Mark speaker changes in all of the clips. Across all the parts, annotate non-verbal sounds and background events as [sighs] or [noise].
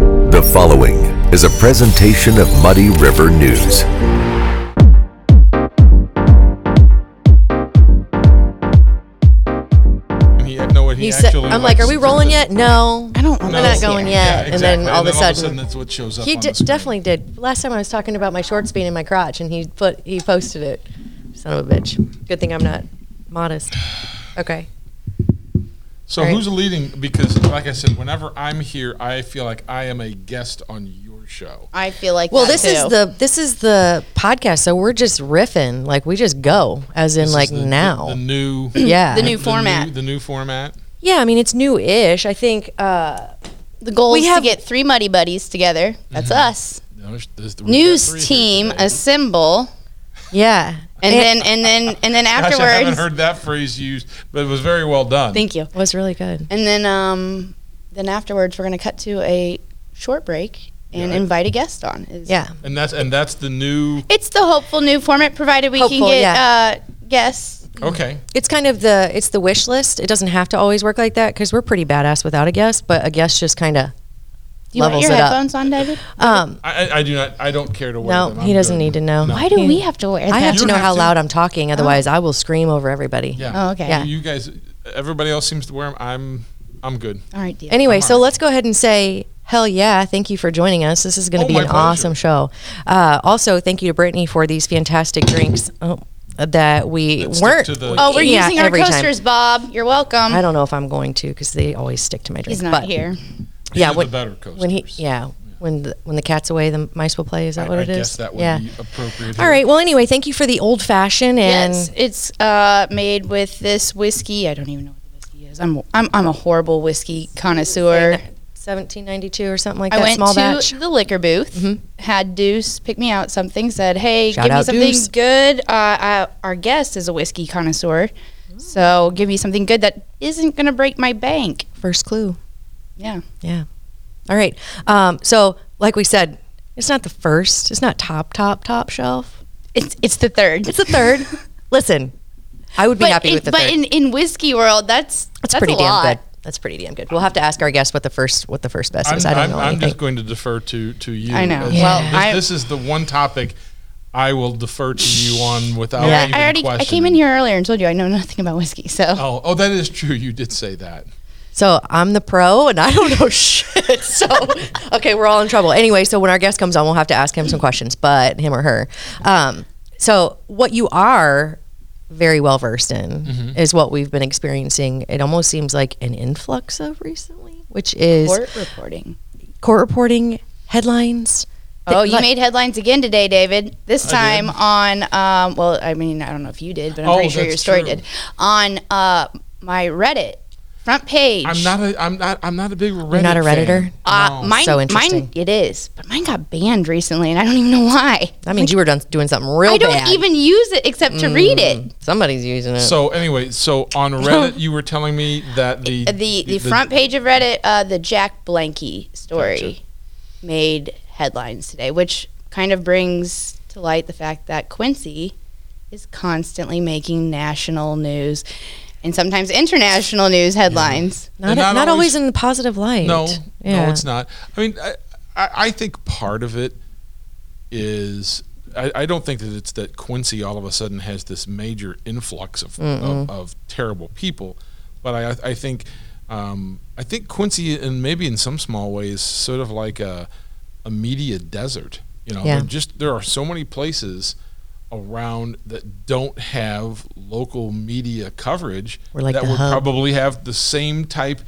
Speaker 1: The following is a presentation of Muddy River News.
Speaker 2: And he had no one. He,
Speaker 3: He said,
Speaker 2: actually.
Speaker 3: "I'm like, are we
Speaker 2: s-
Speaker 3: rolling yet? No,
Speaker 4: I don't.
Speaker 3: we're not going yet."
Speaker 2: Yeah,
Speaker 3: And then
Speaker 2: exactly.
Speaker 3: all of a sudden,
Speaker 2: that's what shows up.
Speaker 3: he
Speaker 2: on
Speaker 3: di-
Speaker 2: the screen.
Speaker 3: definitely did. Last time I was talking about my shorts being in my crotch, and he put he posted it. Son of a bitch. Good thing I'm not modest. [sighs] Okay.
Speaker 2: So
Speaker 3: Right.
Speaker 2: who's leading? Because, like I said, whenever I'm here, I feel like I am a guest on your show.
Speaker 4: I feel like.
Speaker 3: Well,
Speaker 4: that
Speaker 3: this
Speaker 4: too.
Speaker 3: is the this is the podcast, so we're just riffing, like we just go, as in
Speaker 2: This is
Speaker 3: like
Speaker 2: the- the-
Speaker 3: now.
Speaker 2: the new,
Speaker 3: [clears throat] yeah.
Speaker 4: new
Speaker 2: the
Speaker 4: format.
Speaker 2: the new format.
Speaker 3: yeah. I mean, it's new-ish. I think. Uh,
Speaker 4: the goal
Speaker 3: we
Speaker 4: is
Speaker 3: have-
Speaker 4: to get three muddy buddies together. That's us.
Speaker 2: There's- there's- we've Mm-hmm. got three
Speaker 4: News
Speaker 2: here
Speaker 4: team
Speaker 2: today.
Speaker 4: assemble,
Speaker 3: yeah.
Speaker 4: and then and then and
Speaker 2: [laughs]
Speaker 4: then
Speaker 2: Gosh, I haven't
Speaker 4: afterwards.
Speaker 2: heard that phrase used, but it was very well done.
Speaker 4: thank you.
Speaker 3: was really good.
Speaker 4: And then um, then afterwards we're gonna cut to a short break and
Speaker 2: Yeah.
Speaker 4: invite a guest on. Is-
Speaker 3: Yeah.
Speaker 2: and that's and that's the new.
Speaker 4: It's the hopeful new format, provided we
Speaker 3: Hopeful,
Speaker 4: can get
Speaker 3: yeah.
Speaker 4: uh, guests.
Speaker 2: Okay,
Speaker 3: It's kind of the it's the wish list. It doesn't have to always work like that because we're pretty badass without a guest, but a guest just kind of
Speaker 4: Do you
Speaker 3: Levels
Speaker 4: want your
Speaker 3: it up.
Speaker 4: headphones on, David?
Speaker 3: um.
Speaker 2: I, I- I do not. I don't care to wear
Speaker 3: No,
Speaker 2: them.
Speaker 3: he
Speaker 2: I'm
Speaker 3: doesn't
Speaker 2: good.
Speaker 3: need to know.
Speaker 2: No.
Speaker 4: Why do Uh-huh. we have to wear?
Speaker 3: I have
Speaker 2: You
Speaker 3: to know
Speaker 2: have
Speaker 3: how
Speaker 2: to.
Speaker 3: loud I'm talking, otherwise I will scream over everybody.
Speaker 2: Yeah.
Speaker 4: Oh, okay.
Speaker 3: Yeah.
Speaker 2: You guys, everybody else seems to wear them. I'm, I'm good.
Speaker 4: All right, deal.
Speaker 3: Anyway,
Speaker 2: Come
Speaker 3: so
Speaker 2: on.
Speaker 3: let's go ahead and say hell yeah! Thank you for joining us. This is going
Speaker 2: Oh,
Speaker 3: to be
Speaker 2: my
Speaker 3: an
Speaker 2: pleasure.
Speaker 3: awesome show. Uh, also, thank you to Brittany for these fantastic drinks oh, that we
Speaker 2: Let's stick
Speaker 3: weren't.
Speaker 2: to the-
Speaker 4: oh, we're
Speaker 3: yeah,
Speaker 4: using our
Speaker 3: every time.
Speaker 4: coasters, Bob. You're welcome.
Speaker 3: I don't know if I'm going to because they always stick to my drink.
Speaker 4: He's not
Speaker 3: but
Speaker 4: here.
Speaker 3: Yeah,
Speaker 2: These are
Speaker 3: when-
Speaker 2: the better
Speaker 3: When he,
Speaker 2: coasters.
Speaker 3: yeah, when the, when the cat's away, the mice will play. Is that
Speaker 2: I-
Speaker 3: what
Speaker 2: I
Speaker 3: it is?
Speaker 2: guess that would
Speaker 3: yeah.
Speaker 2: be appropriate
Speaker 3: All
Speaker 2: here.
Speaker 3: right. Well, anyway, thank you for the old fashioned and
Speaker 4: Yes, it's uh, made with this whiskey. I don't even know what the whiskey is. I'm I'm, I'm a horrible whiskey connoisseur.
Speaker 3: 1792 or something like
Speaker 4: I
Speaker 3: that.
Speaker 4: went
Speaker 3: small
Speaker 4: to
Speaker 3: batch. Mm-hmm.
Speaker 4: the liquor booth, had Deuce pick me out something, said, "Hey,
Speaker 3: Shout
Speaker 4: give me
Speaker 3: out,
Speaker 4: something
Speaker 3: Deuce.
Speaker 4: good." Uh, I, our guest is a whiskey connoisseur,
Speaker 3: Mm-hmm.
Speaker 4: so give me something good that isn't going to break my bank.
Speaker 3: First clue.
Speaker 4: Yeah.
Speaker 3: Yeah. All right. Um, so, like we said, it's not the first. It's not top, top, top shelf.
Speaker 4: It's it's the third.
Speaker 3: It's the
Speaker 4: [laughs]
Speaker 3: third. Listen, I would be
Speaker 4: but
Speaker 3: happy
Speaker 4: in,
Speaker 3: with the
Speaker 4: but
Speaker 3: third.
Speaker 4: in in whiskey world, that's
Speaker 3: that's, pretty
Speaker 4: a
Speaker 3: damn
Speaker 4: lot.
Speaker 3: good. That's pretty damn good. We'll have to ask our guest what the first what the first best
Speaker 2: I'm,
Speaker 3: is. I don't
Speaker 2: I'm,
Speaker 3: know
Speaker 2: I'm
Speaker 3: anything.
Speaker 2: just going to defer to to you.
Speaker 4: I know.
Speaker 2: as
Speaker 4: Yeah.
Speaker 2: This,
Speaker 4: Well, I-
Speaker 2: this is the one topic I will defer to you on without.
Speaker 3: Yeah.
Speaker 2: even
Speaker 4: I already I
Speaker 2: questioning.
Speaker 4: came in here earlier and told you I know nothing about whiskey, so
Speaker 2: Oh, oh, that is true. You did say that.
Speaker 3: So I'm the pro, and I don't know [laughs] shit. So okay, we're all in trouble. Anyway, so when our guest comes on, we'll have to ask him some questions, but him or her. Um, so what you are very well versed in
Speaker 4: Mm-hmm.
Speaker 3: is what we've been experiencing. It almost seems like an influx of recently, which is court,
Speaker 4: court reporting.
Speaker 3: reporting headlines.
Speaker 4: Oh,
Speaker 3: Th-
Speaker 4: you
Speaker 3: like-
Speaker 4: made headlines again today, David. This time on, um, well, I mean, I don't know if you did, but I'm
Speaker 2: Oh,
Speaker 4: pretty sure your
Speaker 2: that's
Speaker 4: story
Speaker 2: true.
Speaker 4: did. On uh, my Reddit front page.
Speaker 2: I'm not Oh, a. I'm not. I'm not a big Reddit.
Speaker 3: You're not a redditor.
Speaker 2: fan.
Speaker 4: Uh, mine,
Speaker 3: So interesting.
Speaker 4: Mine, it is, but mine got banned recently, and I don't even know why.
Speaker 3: That means you were done doing something real
Speaker 4: I don't
Speaker 3: bad.
Speaker 4: even use it except to read it.
Speaker 3: Somebody's using it.
Speaker 2: So anyway, so
Speaker 4: [laughs]
Speaker 2: on Reddit, you were telling me that the
Speaker 4: Uh, The the, front page of Reddit, uh, the Jack Blanky story, made headlines today, which kind of brings to light the fact that Quincy is constantly making national news and sometimes international news headlines.
Speaker 3: not,
Speaker 2: not
Speaker 3: not, always,
Speaker 2: always-
Speaker 3: in the positive light.
Speaker 2: No,
Speaker 3: Yeah.
Speaker 2: no, it's not. I mean, I, I, I think part of it is I, I don't think that it's that Quincy all of a sudden has this major influx of, of, of terrible people, but I, I think um, I think Quincy and maybe in some small ways sort of like a a media desert. You know,
Speaker 3: Yeah.
Speaker 2: there just there are so many places around that don't have local media coverage
Speaker 3: We're like
Speaker 2: that
Speaker 3: the
Speaker 2: would
Speaker 3: hub.
Speaker 2: probably have the same type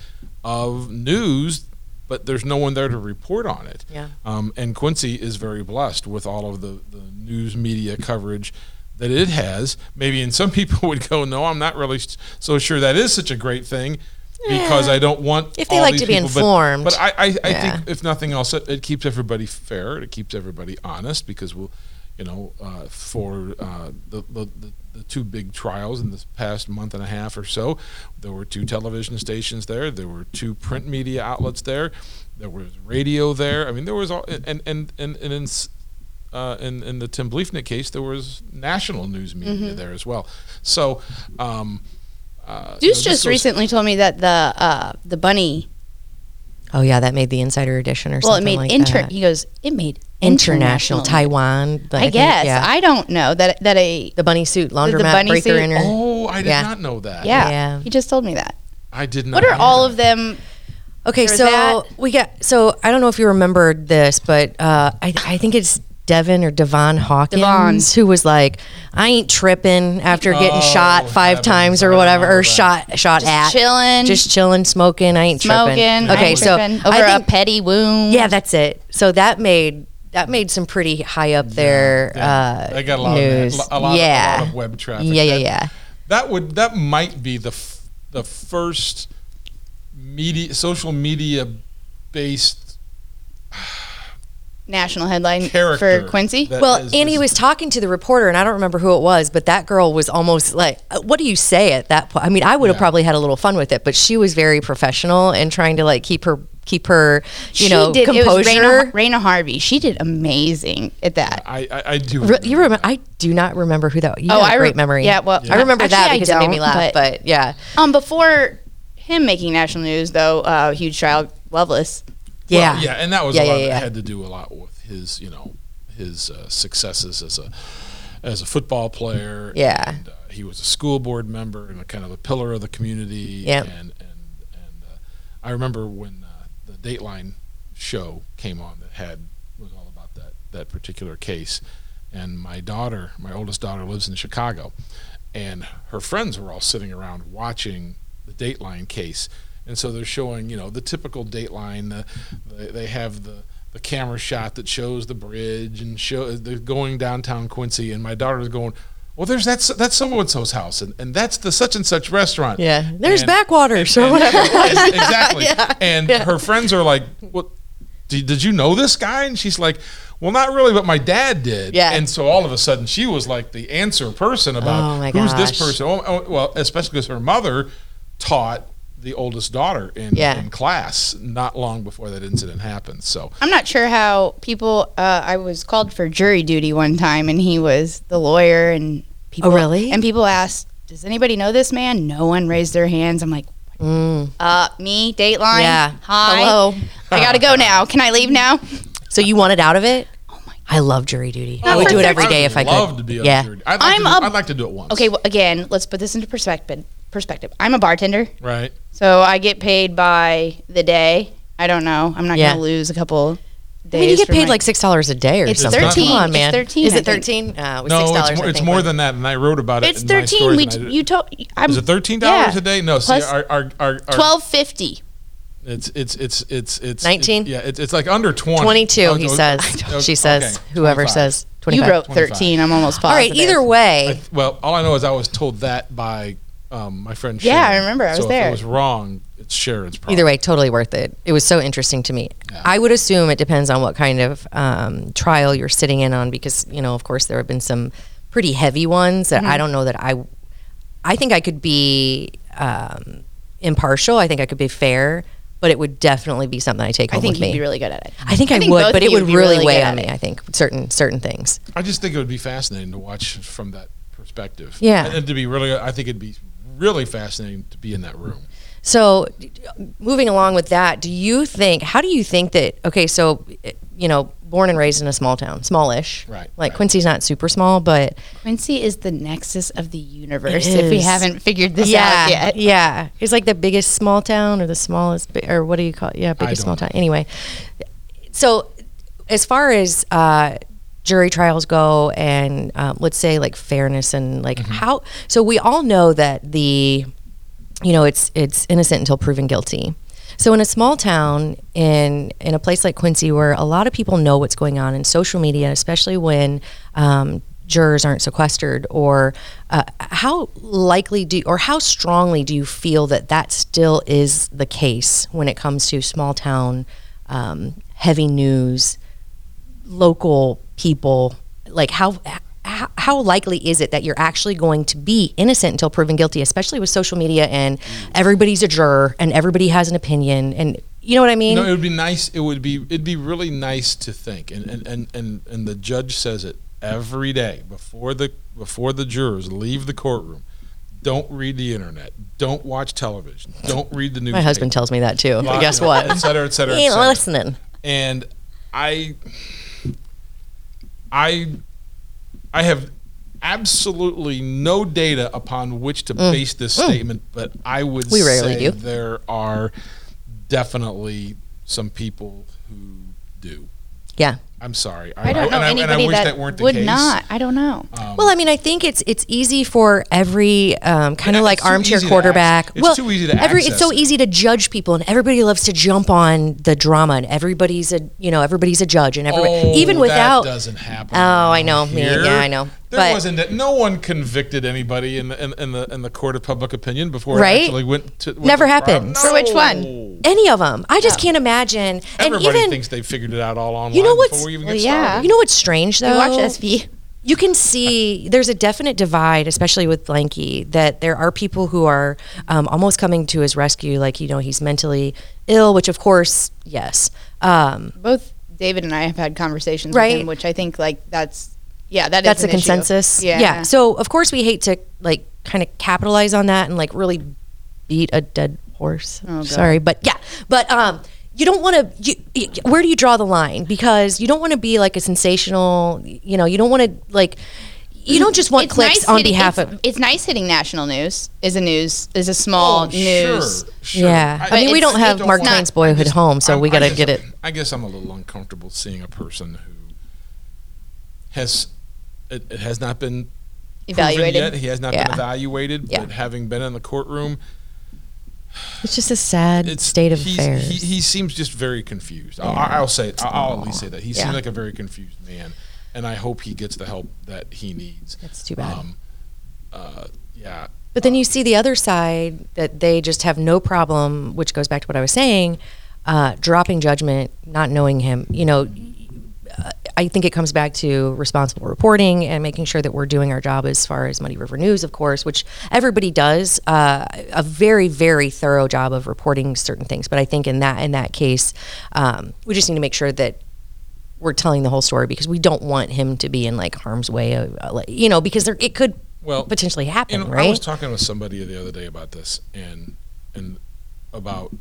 Speaker 2: of news, but there's no one there to report on it.
Speaker 3: Yeah.
Speaker 2: Um, and Quincy is very blessed with all of the, the news media coverage that it has. Maybe, and some [laughs] people would go, "No, I'm not really s- so sure that is such a great thing." Because I don't want
Speaker 3: If they
Speaker 2: all
Speaker 3: like
Speaker 2: these
Speaker 3: to be
Speaker 2: people," but-
Speaker 3: informed.
Speaker 2: but, I, I, I
Speaker 3: Yeah.
Speaker 2: think if nothing else, it, it keeps everybody fair. It keeps everybody honest because we'll, you know, uh, for uh, the, the the- the two big trials in this past month and a half or so, there were two television stations there. There were two print media outlets there. There was radio there. I mean, there was all and and and and. In, s- uh, in, in the Tim Bleefnick case, there was national news media
Speaker 4: Mm-hmm.
Speaker 2: there as well. So, um, uh, you know,
Speaker 4: Deuce
Speaker 2: this
Speaker 4: just
Speaker 2: goes-
Speaker 4: recently told me that the uh, the bunny
Speaker 3: Oh yeah, that made the Insider Edition or
Speaker 4: Well, it
Speaker 3: something
Speaker 4: made
Speaker 3: like
Speaker 4: inter.
Speaker 3: that.
Speaker 4: He goes, it made
Speaker 3: international
Speaker 4: international.
Speaker 3: Taiwan. but
Speaker 4: I
Speaker 3: think,
Speaker 4: guess
Speaker 3: yeah.
Speaker 4: I don't know that that a
Speaker 3: the bunny suit laundromat
Speaker 4: bunny
Speaker 3: breaker
Speaker 4: suit-
Speaker 3: inner.
Speaker 2: Oh, I did
Speaker 3: Yeah.
Speaker 2: not know that.
Speaker 4: yeah,
Speaker 3: Yeah.
Speaker 4: He just told me that.
Speaker 2: I did not.
Speaker 4: What are
Speaker 2: know
Speaker 4: all
Speaker 2: that.
Speaker 4: of them?
Speaker 3: Okay,
Speaker 4: There was
Speaker 3: so
Speaker 4: that.
Speaker 3: we got. So I don't know if you remembered this, but uh, I, I think it's Devin or Devon Hawkins
Speaker 4: Devon.
Speaker 3: who was like, "I ain't tripping after getting
Speaker 2: Oh,
Speaker 3: shot five
Speaker 2: heavens,
Speaker 3: times or
Speaker 2: I
Speaker 3: whatever,
Speaker 2: remember
Speaker 3: or
Speaker 2: that.
Speaker 3: shot shot
Speaker 4: Just
Speaker 3: at,
Speaker 4: chilling.
Speaker 3: just chilling, smoking. I ain't
Speaker 4: smoking.
Speaker 3: tripping.
Speaker 4: I
Speaker 3: Okay,
Speaker 4: ain't
Speaker 3: so
Speaker 4: tripping,
Speaker 3: I
Speaker 4: over
Speaker 3: think-
Speaker 4: a petty wound.
Speaker 3: yeah, that's it. So that made that made some pretty high up there
Speaker 2: Yeah.
Speaker 3: uh,
Speaker 2: I got a lot
Speaker 3: news.
Speaker 2: of that. a lot,
Speaker 3: yeah,
Speaker 2: of, a lot of web traffic.
Speaker 3: yeah, yeah,
Speaker 2: That-
Speaker 3: yeah.
Speaker 2: That would that might be the f- the first media social media based
Speaker 4: national headline
Speaker 2: character
Speaker 4: for Quincy.
Speaker 2: that
Speaker 3: Well,
Speaker 2: is-
Speaker 3: Annie
Speaker 2: is-
Speaker 3: was talking to the reporter, and I don't remember who it was, but that girl was almost like, uh, "What do you say at that point?" I mean, I would have
Speaker 2: Yeah.
Speaker 3: probably had a little fun with it, but she was very professional and trying to like keep her keep her you
Speaker 4: she
Speaker 3: know
Speaker 4: did, It was Raina,
Speaker 3: composure.
Speaker 4: Raina Harvey. She did amazing at that.
Speaker 2: I, I I do.
Speaker 3: Re- you remember? I do not remember who that. You
Speaker 4: Oh,
Speaker 3: got a
Speaker 4: I re-
Speaker 3: great memory.
Speaker 4: yeah, well,
Speaker 3: I remember that
Speaker 4: actually, I
Speaker 3: because it made me
Speaker 4: don't,
Speaker 3: laugh. But,
Speaker 4: but-
Speaker 3: yeah,
Speaker 4: Um, before him making national news, though, uh, huge trial Loveless.
Speaker 3: yeah,
Speaker 2: Well, yeah, and that was a
Speaker 3: Yeah,
Speaker 2: lot
Speaker 3: yeah,
Speaker 2: that
Speaker 3: yeah.
Speaker 2: had to do a lot with his, you know, his uh, successes as a as a football player.
Speaker 3: Yeah.
Speaker 2: and, uh, he was a school board member and a kind of a pillar of the community.
Speaker 3: Yep.
Speaker 2: and and and uh, I remember when uh, the Dateline show came on that had was all about that that particular case, and my daughter, my oldest daughter, lives in Chicago, and her friends were all sitting around watching the Dateline case. And so they're showing, you know, the typical Dateline. The, they, they have the, the camera shot that shows the bridge and show they're going downtown Quincy. And my daughter's going, well, there's that's that's so and so's house, and, and that's the such and such restaurant.
Speaker 3: yeah. There's
Speaker 2: And-
Speaker 3: backwaters or [laughs]
Speaker 2: and-
Speaker 3: whatever.
Speaker 2: and- exactly. and her friends are like, "What? Did, did you know this guy?" And she's like, "Well, not really, but my dad did."
Speaker 3: Yeah.
Speaker 2: And so all of a sudden, she was like the answer person
Speaker 3: Oh,
Speaker 2: about
Speaker 3: my
Speaker 2: who's
Speaker 3: gosh.
Speaker 2: this person. Oh, oh, well, especially because her mother taught the oldest daughter in,
Speaker 3: Yeah.
Speaker 2: in class not long before that incident happened. So
Speaker 4: I'm not sure how people. Uh, I was called for jury duty one time, and he was the lawyer, and people.
Speaker 3: really?
Speaker 4: And people asked, "Does anybody know this man?" No one raised their hands. I'm like,
Speaker 3: Mm.
Speaker 4: "Uh, me, Dateline.
Speaker 3: Yeah.
Speaker 4: Hi.
Speaker 3: Hello.
Speaker 4: I gotta go now. Can I leave now?"
Speaker 3: So you wanted out of it?
Speaker 4: Oh
Speaker 3: I love jury duty. I
Speaker 4: Not
Speaker 3: would
Speaker 4: for
Speaker 3: do it
Speaker 4: thirty-
Speaker 3: every day if I could.
Speaker 2: love to be on
Speaker 3: yeah.
Speaker 2: jury. I'd like,
Speaker 4: I'm
Speaker 2: to do,
Speaker 4: a-
Speaker 2: I'd like to do it once.
Speaker 4: Okay. Well, again, let's put this into perspective. Perspective. I'm a bartender.
Speaker 2: Right.
Speaker 4: So I get paid by the day. I don't know. I'm not
Speaker 3: Yeah.
Speaker 4: gonna lose a couple days.
Speaker 3: I mean, you get
Speaker 4: for
Speaker 3: paid
Speaker 4: my-
Speaker 3: like six dollars a day or
Speaker 4: It's
Speaker 3: something.
Speaker 2: 13.
Speaker 3: Come on,
Speaker 4: It's
Speaker 3: man.
Speaker 4: 13,
Speaker 3: Is
Speaker 4: I
Speaker 3: it
Speaker 4: think.
Speaker 3: thirteen? Uh, it was
Speaker 2: No,
Speaker 3: $6,
Speaker 2: it's more,
Speaker 3: I
Speaker 2: it's
Speaker 3: think,
Speaker 2: more
Speaker 3: when-
Speaker 2: than that, and I wrote about it.
Speaker 4: It's
Speaker 2: in my
Speaker 4: thirteen.
Speaker 2: stories,
Speaker 4: We
Speaker 2: and I
Speaker 4: t-
Speaker 2: did-
Speaker 4: you told I'm
Speaker 2: Is it thirteen dollars
Speaker 4: Yeah.
Speaker 2: a day? No. See,
Speaker 4: Plus-
Speaker 2: our our our, our
Speaker 4: twelve fifty.
Speaker 2: It's it's it's it's it's
Speaker 3: 19?
Speaker 2: it- yeah, it's, it's like under twenty.
Speaker 3: Twenty-two.
Speaker 2: Oh,
Speaker 3: he
Speaker 2: oh, [laughs]
Speaker 3: says.
Speaker 2: oh,
Speaker 3: [laughs] she says.
Speaker 2: okay,
Speaker 3: Whoever
Speaker 2: 25.
Speaker 3: says.
Speaker 4: You
Speaker 3: Twenty-five.
Speaker 4: wrote
Speaker 2: 25.
Speaker 4: thirteen. I'm almost
Speaker 3: All
Speaker 4: positive.
Speaker 3: right. Either way,
Speaker 2: Well, all I know is I was told that by um, my friend.
Speaker 4: Yeah, I
Speaker 2: Sharon.
Speaker 4: remember. I was
Speaker 2: so If
Speaker 4: there.
Speaker 2: it was wrong. It's Sharon's problem.
Speaker 3: either way, totally worth it. It was so interesting to me. I would assume it depends on what kind of um, trial you're sitting in on, because you know, of course, there have been some pretty heavy ones that
Speaker 4: Mm-hmm.
Speaker 3: I don't know that I. I think I could be um, impartial. I think I could be fair, but it would definitely be something I take home
Speaker 4: I think
Speaker 3: with
Speaker 4: you'd
Speaker 3: me.
Speaker 4: be really good at it.
Speaker 3: I think I,
Speaker 4: I think both
Speaker 3: would,
Speaker 4: of
Speaker 3: but it
Speaker 4: you
Speaker 3: would
Speaker 4: would be
Speaker 3: really
Speaker 4: really
Speaker 3: weigh
Speaker 4: good
Speaker 3: on
Speaker 4: at
Speaker 3: me. I think certain certain things.
Speaker 2: I just think it would be fascinating to watch from that perspective.
Speaker 3: Yeah.
Speaker 2: and, and to be really, I think it'd be really fascinating to be in that room.
Speaker 3: So, d- moving along with that, do you think? How do you think that? Okay, so you know, born and raised in a small town, smallish,
Speaker 2: Right,
Speaker 3: Like
Speaker 2: right.
Speaker 3: Quincy's not super small, but
Speaker 4: Quincy is the nexus of the universe.
Speaker 3: It
Speaker 4: If we
Speaker 3: is.
Speaker 4: haven't figured this out
Speaker 3: yeah,
Speaker 4: yet,
Speaker 3: yeah, it's like the biggest small town or the smallest, bi- or what do you call it? Yeah, biggest
Speaker 2: don't
Speaker 3: small town. Anyway, so as far as uh, jury trials go, and um, let's say like fairness and like
Speaker 2: Mm-hmm.
Speaker 3: how, so we all know that the, you know, it's it's innocent until proven guilty. So in a small town in in a place like Quincy, where a lot of people know what's going on in social media, especially when um, jurors aren't sequestered, or uh, how likely do or how strongly do you feel that that still is the case when it comes to small town um, heavy news, local people? Like how. How, how likely is it that you're actually going to be innocent until proven guilty, especially with social media and everybody's a juror and everybody has an opinion and you know what I mean?
Speaker 2: No, it would be nice. It would be it'd be really nice to think, and and and and, and the judge says it every day before the before the jurors leave the courtroom. Don't read the internet. Don't watch television. Don't read the news.
Speaker 3: My husband tells me that too. But guess
Speaker 2: Et
Speaker 3: what?
Speaker 2: cetera, et
Speaker 3: [laughs]
Speaker 2: cetera, et
Speaker 3: He ain't
Speaker 2: cetera.
Speaker 3: listening.
Speaker 2: And I, I, I have absolutely no data upon which to base this statement, but I would
Speaker 3: Mm. We rarely
Speaker 2: say
Speaker 3: do.
Speaker 2: there are definitely some people who do.
Speaker 3: Yeah.
Speaker 2: I'm sorry.
Speaker 4: I don't know
Speaker 2: and I, and I
Speaker 4: anybody
Speaker 2: wish
Speaker 4: that,
Speaker 2: that, weren't the
Speaker 4: would
Speaker 2: case. Um,
Speaker 4: not. I don't know.
Speaker 3: Well, I mean, I think it's it's easy for every um, kind
Speaker 2: Yeah,
Speaker 3: of
Speaker 2: it's
Speaker 3: like
Speaker 2: too
Speaker 3: armchair
Speaker 2: easy to
Speaker 3: quarterback.
Speaker 2: access. It's
Speaker 3: well,
Speaker 2: too easy to
Speaker 3: every it's
Speaker 2: access
Speaker 3: so
Speaker 2: it.
Speaker 3: easy to judge people, and everybody loves to jump on the drama, and everybody's a you know everybody's a judge, and everybody
Speaker 2: Oh,
Speaker 3: even without
Speaker 2: that doesn't happen.
Speaker 3: Oh, I
Speaker 2: around
Speaker 3: know. Yeah,
Speaker 2: here.
Speaker 3: yeah, I know.
Speaker 2: There
Speaker 3: But-
Speaker 2: wasn't that no one convicted anybody in the in, in the in the court of public opinion before it
Speaker 3: Right?
Speaker 2: actually went to went
Speaker 3: Never
Speaker 2: to trial.
Speaker 3: happened.
Speaker 4: For which one?
Speaker 2: No.
Speaker 3: any of them. I just can't imagine.
Speaker 2: Everybody
Speaker 3: and even
Speaker 2: thinks they figured it out all online
Speaker 3: know what's-
Speaker 2: before we even get
Speaker 4: Well, yeah.
Speaker 2: started.
Speaker 3: you know what's strange though.
Speaker 4: You watch SV.
Speaker 3: you can see there's a definite divide, especially with Blanky, that there are people who are um, almost coming to his rescue, like you know he's mentally ill, which of course, yes, um,
Speaker 4: Both David and I have had conversations
Speaker 3: Right.
Speaker 4: with him, which I think like that's yeah, that is
Speaker 3: that's a
Speaker 4: an issue.
Speaker 3: consensus.
Speaker 4: Yeah.
Speaker 3: yeah. So of course we hate to like kind of capitalize on that and like really beat a dead horse.
Speaker 4: Oh, God.
Speaker 3: Sorry, but yeah, but um. You don't want to. You, you, where do you draw the line? Because you don't want to be like a sensational. You know, you don't want to like. You don't just want clicks on
Speaker 4: hitting,
Speaker 3: behalf
Speaker 4: it's,
Speaker 3: of.
Speaker 4: it's nice hitting national news is a news is a small
Speaker 2: Oh,
Speaker 4: news.
Speaker 2: Sure, sure.
Speaker 3: Yeah, I, mean, we
Speaker 4: it's-
Speaker 3: don't have
Speaker 4: it's
Speaker 3: Mark
Speaker 4: not-
Speaker 3: Twain's Boyhood Home, so
Speaker 2: I'm-
Speaker 3: we
Speaker 2: I
Speaker 3: got to
Speaker 2: guess-
Speaker 3: get it.
Speaker 2: I guess I'm a little uncomfortable seeing a person who has it, it has not been proven
Speaker 4: Evaluated.
Speaker 2: yet. He has not
Speaker 3: Yeah.
Speaker 2: been evaluated,
Speaker 3: Yeah.
Speaker 2: but having been in the courtroom,
Speaker 3: It's just a sad
Speaker 2: it's-
Speaker 3: state of
Speaker 2: he's-
Speaker 3: affairs.
Speaker 2: He, he seems just very confused. I- I, I'll say, it. I- I'll at least say that he
Speaker 3: Yeah.
Speaker 2: seems like a very confused man, and I hope he gets the help that he needs.
Speaker 3: That's too bad.
Speaker 2: Um, uh, yeah,
Speaker 3: but then you see the other side that they just have no problem, which goes back to what I was saying, uh, dropping judgment, not knowing him. You know, uh, I think it comes back to responsible reporting and making sure that we're doing our job as far as Muddy River News, of course, which everybody does uh, a very, very thorough job of reporting certain things. But I think in that in that case, um, we just need to make sure that we're telling the whole story because we don't want him to be in like harm's way, uh, uh, like- you know, because there, it could
Speaker 2: Well,
Speaker 3: potentially happen,
Speaker 2: you know, I
Speaker 3: right?
Speaker 2: was talking with somebody the other day about this and and about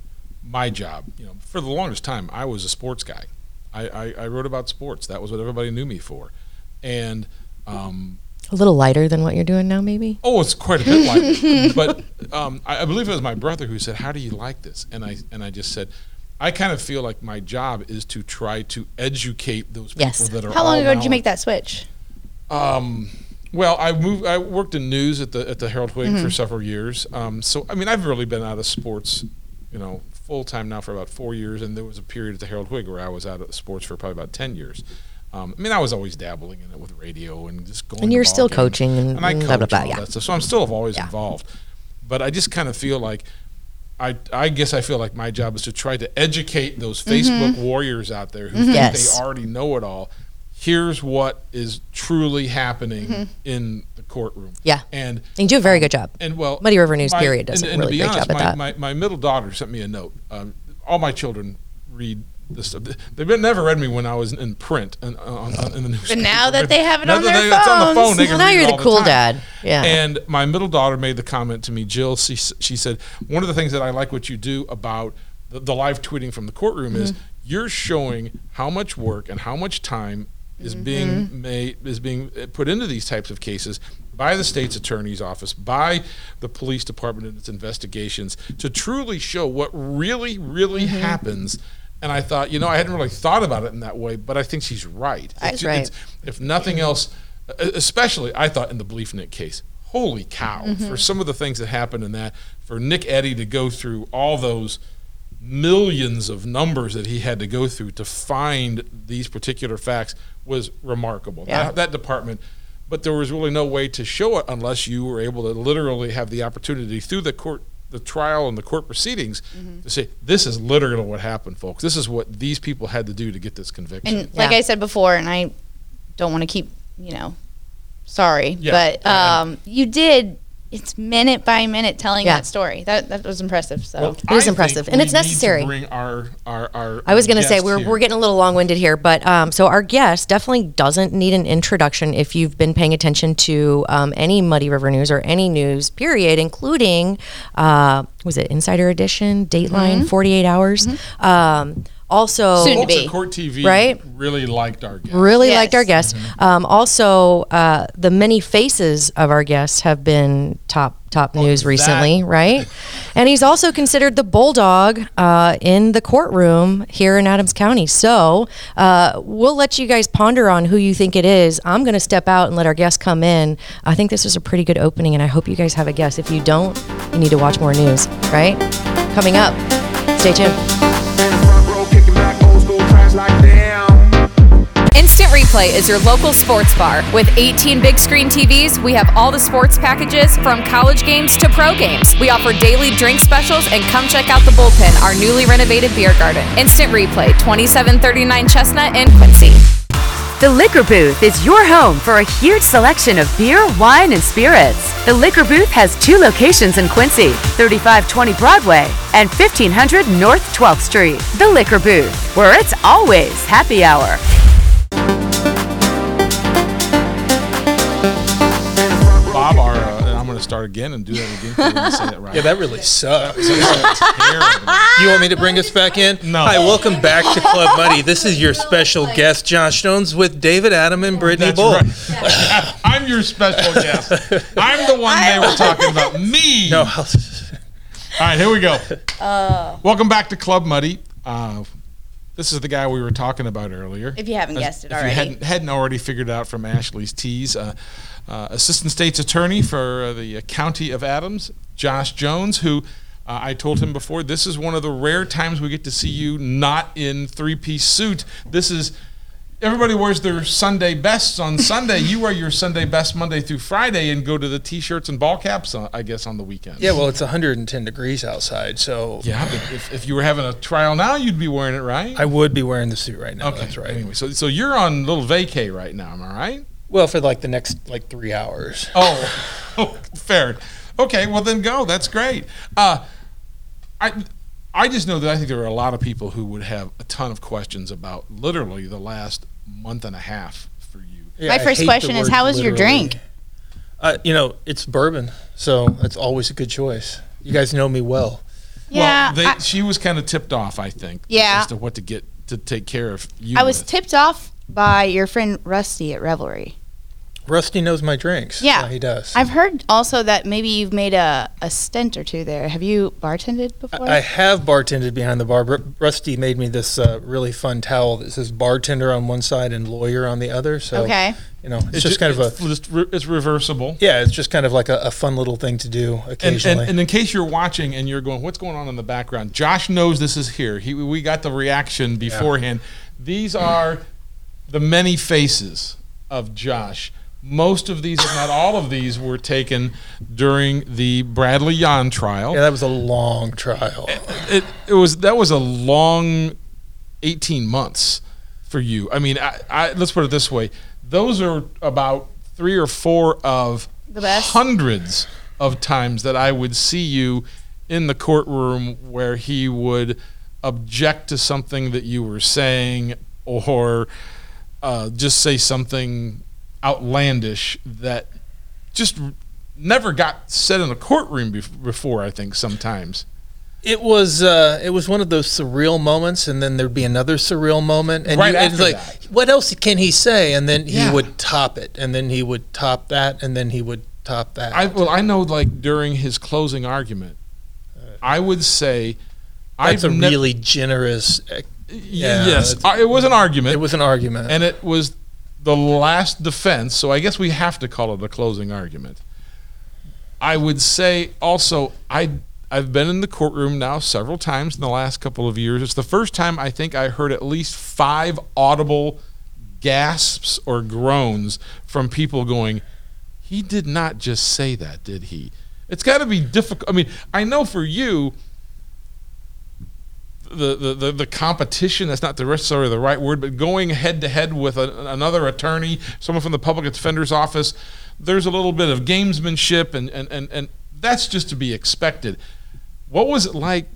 Speaker 2: my job. You know, for the longest time, I was a sports guy. I, I, I wrote about sports. That was what everybody knew me for. And um,
Speaker 3: a little lighter than what you're doing now, maybe.
Speaker 2: Oh, it's quite a bit like.
Speaker 4: [laughs]
Speaker 2: but um, I, I believe it was my brother who said, "How do you like this?" And I and I just said, "I kind of feel like my job is to try to educate those people
Speaker 3: Yes.
Speaker 2: that are."
Speaker 4: How
Speaker 2: all
Speaker 4: long ago did you
Speaker 2: knowledge-
Speaker 4: make that switch?
Speaker 2: um, well, I moved. I worked in news at the at the Herald Whig
Speaker 3: Mm-hmm.
Speaker 2: for several years. Um, so I mean, I've really been out of sports, you know, full time now for about four years. And there was a period at the Herald Whig where I was out of sports for probably about ten years. Um, I mean, I was always dabbling in it with radio and just going.
Speaker 3: And
Speaker 2: to
Speaker 3: you're
Speaker 2: ball
Speaker 3: still
Speaker 2: games.
Speaker 3: coaching and
Speaker 2: I
Speaker 3: blah, blah,
Speaker 2: coach
Speaker 3: blah,
Speaker 2: and all
Speaker 3: yeah.
Speaker 2: that stuff. So I'm still always
Speaker 3: Yeah.
Speaker 2: involved, but I just kind of feel like. I, I guess I feel like my job is to try to educate those Facebook warriors out there who think
Speaker 3: Mm-hmm. Yes.
Speaker 2: they already know it all. Here's what is truly happening in the courtroom.
Speaker 3: Mm-hmm. Yeah.
Speaker 2: And
Speaker 3: And you do a very good job.
Speaker 2: and well,
Speaker 3: Muddy River News period does a
Speaker 2: to
Speaker 3: really
Speaker 2: be
Speaker 3: great job at
Speaker 2: my,
Speaker 3: that.
Speaker 2: My, my middle daughter sent me a note. Um, all my children read this. stuff. They've been- never read me when I was in print and uh, on, on, in the news.
Speaker 4: now that they have it on their
Speaker 2: it's on the phone,
Speaker 4: phones.
Speaker 2: they can
Speaker 3: Well, Oh, now
Speaker 2: read it
Speaker 3: you're the
Speaker 2: all
Speaker 3: cool
Speaker 2: time.
Speaker 3: dad. Yeah.
Speaker 2: And my middle daughter made the comment to me, Jill. She s- she said one of the things that I like what you do about the, the live tweeting from the courtroom is you're showing how much work and how much time is being made is being uh, put into these types of cases by the state's attorney's office, by the police department and its investigations to truly show what really really happens. And I thought, you know, I hadn't really thought about it in that way, but I think she's right. It's-
Speaker 3: right.
Speaker 2: it's- if nothing else, e- especially I thought in the Bleefnit case, holy cow,
Speaker 4: Mm-hmm.
Speaker 2: for some of the things that happened in that, for Nick Eddy to go through all those millions of numbers that he had to go through to find these particular facts was remarkable.
Speaker 4: Yeah.
Speaker 2: That, that department, but there was really no way to show it unless you were able to literally have the opportunity through the court. The trial and the court proceedings
Speaker 4: Mm-hmm.
Speaker 2: to say this is literally what happened, folks. This is what these people had to do to get this conviction.
Speaker 4: And like
Speaker 3: Yeah.
Speaker 4: I said before, and I don't want to keep, you know, sorry,
Speaker 2: Yeah,
Speaker 4: but
Speaker 2: I-
Speaker 4: um, you did it's minute by minute telling
Speaker 3: Yeah.
Speaker 4: that story. That that was impressive. So
Speaker 2: Well,
Speaker 3: Oh, It is
Speaker 2: I think
Speaker 3: impressive, and
Speaker 2: we
Speaker 3: it's
Speaker 2: need to
Speaker 3: necessary.
Speaker 2: bring our, our, our
Speaker 3: I was going to say
Speaker 2: guest
Speaker 3: we're,
Speaker 2: here.
Speaker 3: we're getting a little long-winded here, but um, so our guest definitely doesn't need an introduction if you've been paying attention to um, any Muddy River news or any news period, including uh, was it Insider Edition, Dateline, 48 Hours. Um, also,
Speaker 4: Soon to
Speaker 2: Folks
Speaker 4: be.
Speaker 2: at Court TV
Speaker 3: Right?
Speaker 2: really liked our guest.
Speaker 3: really
Speaker 4: Yes.
Speaker 3: liked our guest. Um, also, uh, the many faces of our guests have been top top news
Speaker 2: that-
Speaker 3: recently, right? and he's also considered the bulldog uh, in the courtroom here in Adams County. So uh, we'll let you guys ponder on who you think it is. I'm going to step out and let our guest come in. I think this was a pretty good opening, and I hope you guys have a guess. If you don't, you need to watch more news, right? Coming up, stay tuned.
Speaker 5: in the front row, kicking back old school trash like damn.
Speaker 6: Instant Replay is your local sports bar. With 18 big screen TVs, we have all the sports packages from college games to pro games. We offer daily drink specials and come check out the bullpen, our newly renovated beer garden. Instant Replay, 2739 Chestnut and Quincy.
Speaker 7: The Liquor Booth is your home for a huge selection of beer, wine, and spirits. The Liquor Booth has two locations in Quincy 3520 Broadway and 1500 North 12th Street. The Liquor Booth, where it's always happy hour.
Speaker 2: Bob, our, uh, and I'm going to start again and do that again. 'cause I didn't say that right.
Speaker 8: Yeah,
Speaker 2: [laughs]
Speaker 8: that really sucks.
Speaker 2: Terrible.
Speaker 8: [laughs] You want me to bring us back in?
Speaker 2: No.
Speaker 8: Hi, welcome back to Club Muddy. This is your special guest, John Stones, with David Adam and Brittany
Speaker 2: That's
Speaker 8: Bull.
Speaker 2: right. [laughs] I'm your special guest. I'm the one they were talking
Speaker 3: [laughs]
Speaker 2: about. Me.
Speaker 8: No, [laughs]
Speaker 2: All right, here we go.
Speaker 3: Uh.
Speaker 2: Welcome back to Club Muddy. Uh, this is the guy we were talking about earlier.
Speaker 4: If you haven't guessed it
Speaker 2: if
Speaker 4: already.
Speaker 2: you hadn't, hadn't already figured it out from Ashley's tease, uh, uh, assistant state's attorney for uh, the uh, county of Adams, Josh Jones, who. Uh, I told him before, this is one of the rare times we get to see you not in three-piece suit. This is everybody wears their Sunday bests on Sunday. you wear your Sunday best Monday through Friday and go to the t-shirts and ball caps, uh, I guess, on the weekend.
Speaker 8: yeah, well, it's 110 degrees outside, so
Speaker 2: Yeah, but if, if you were having a trial now, you'd be wearing it, right?
Speaker 8: I would be wearing the suit right now. That's right.
Speaker 2: Anyway, so so you're on little vacay right now, am I right?
Speaker 8: Well, for like the next like three hours.
Speaker 2: Oh, [laughs] oh fair. Okay, well then go. That's great. Uh, I I just know that I think there are a lot of people who would have a ton of questions about literally the last month and a half for you.
Speaker 8: Yeah,
Speaker 4: My
Speaker 8: I
Speaker 4: first
Speaker 8: hate the
Speaker 4: question is,
Speaker 8: word
Speaker 4: how was your
Speaker 8: literally.
Speaker 4: drink?
Speaker 8: Uh, you know, it's bourbon, so that's always a good choice. You guys know me well.
Speaker 4: yeah,
Speaker 2: well, they,
Speaker 4: I,
Speaker 2: she was kind of tipped off, I think.
Speaker 4: Yeah.
Speaker 2: as to what to get to take care of you.
Speaker 4: I was
Speaker 2: with.
Speaker 4: tipped off by your friend Rusty at Revelry.
Speaker 8: Rusty knows my drinks.
Speaker 4: Yeah.
Speaker 8: he does.
Speaker 4: I've heard also that maybe you've made a, a stint or two there. Have you bartended before?
Speaker 8: I have bartended behind the bar. but Rusty made me this uh, really fun towel that says bartender on one side and lawyer on the other. So
Speaker 4: Okay.
Speaker 8: you know, it's, just
Speaker 2: ju-
Speaker 8: kind of a
Speaker 2: it's just re- it's reversible.
Speaker 8: yeah, it's just kind of like a, a fun little thing to do
Speaker 2: And,
Speaker 8: occasionally.
Speaker 2: and, and in case you're watching and you're going, what's going on in the background? Josh knows this is here. He, we got the reaction beforehand. These are the many faces of Josh. Most of these, if not all of these, were taken during the Bradley Yon trial.
Speaker 8: yeah, that was a long trial.
Speaker 2: It, it was that was a long 18 months for you. I mean, I, I, let's put it this way: those are about three or four of
Speaker 4: The best.
Speaker 2: hundreds of times that I would see you in the courtroom where he would object to something that you were saying or uh, just say something outlandish that just never got said in a courtroom bef- before. I think sometimes.
Speaker 8: It was uh, it was one of those surreal moments, and then there'd be another surreal moment, and
Speaker 2: Right
Speaker 8: you, it's
Speaker 2: after
Speaker 8: like,
Speaker 2: that.
Speaker 8: what else can he say? And then he
Speaker 2: Yeah.
Speaker 8: would top it, and then he would top that, and then he would top that.
Speaker 2: I well, I know like during his closing argument, I would say,
Speaker 8: That's
Speaker 2: I've
Speaker 8: a
Speaker 2: nev-
Speaker 8: really generous. uh,
Speaker 2: Y-
Speaker 8: yeah,
Speaker 2: yes,
Speaker 8: that's-
Speaker 2: I, it was an argument,
Speaker 8: It was an argument.
Speaker 2: and it was the last defense. So I guess we have to call it a closing argument. I would say also I I've been in the courtroom now several times in the last couple of years. It's the first time I think I heard at least five audible gasps or groans from people going, "He did not just say that, did he?" It's got to be difficult. I mean, I know for you the, the, the, the competition that's not the necessarily the right word but going head to head with a, another attorney someone from the public defender's office there's a little bit of gamesmanship and, and, and, and that's just to be expected what was it like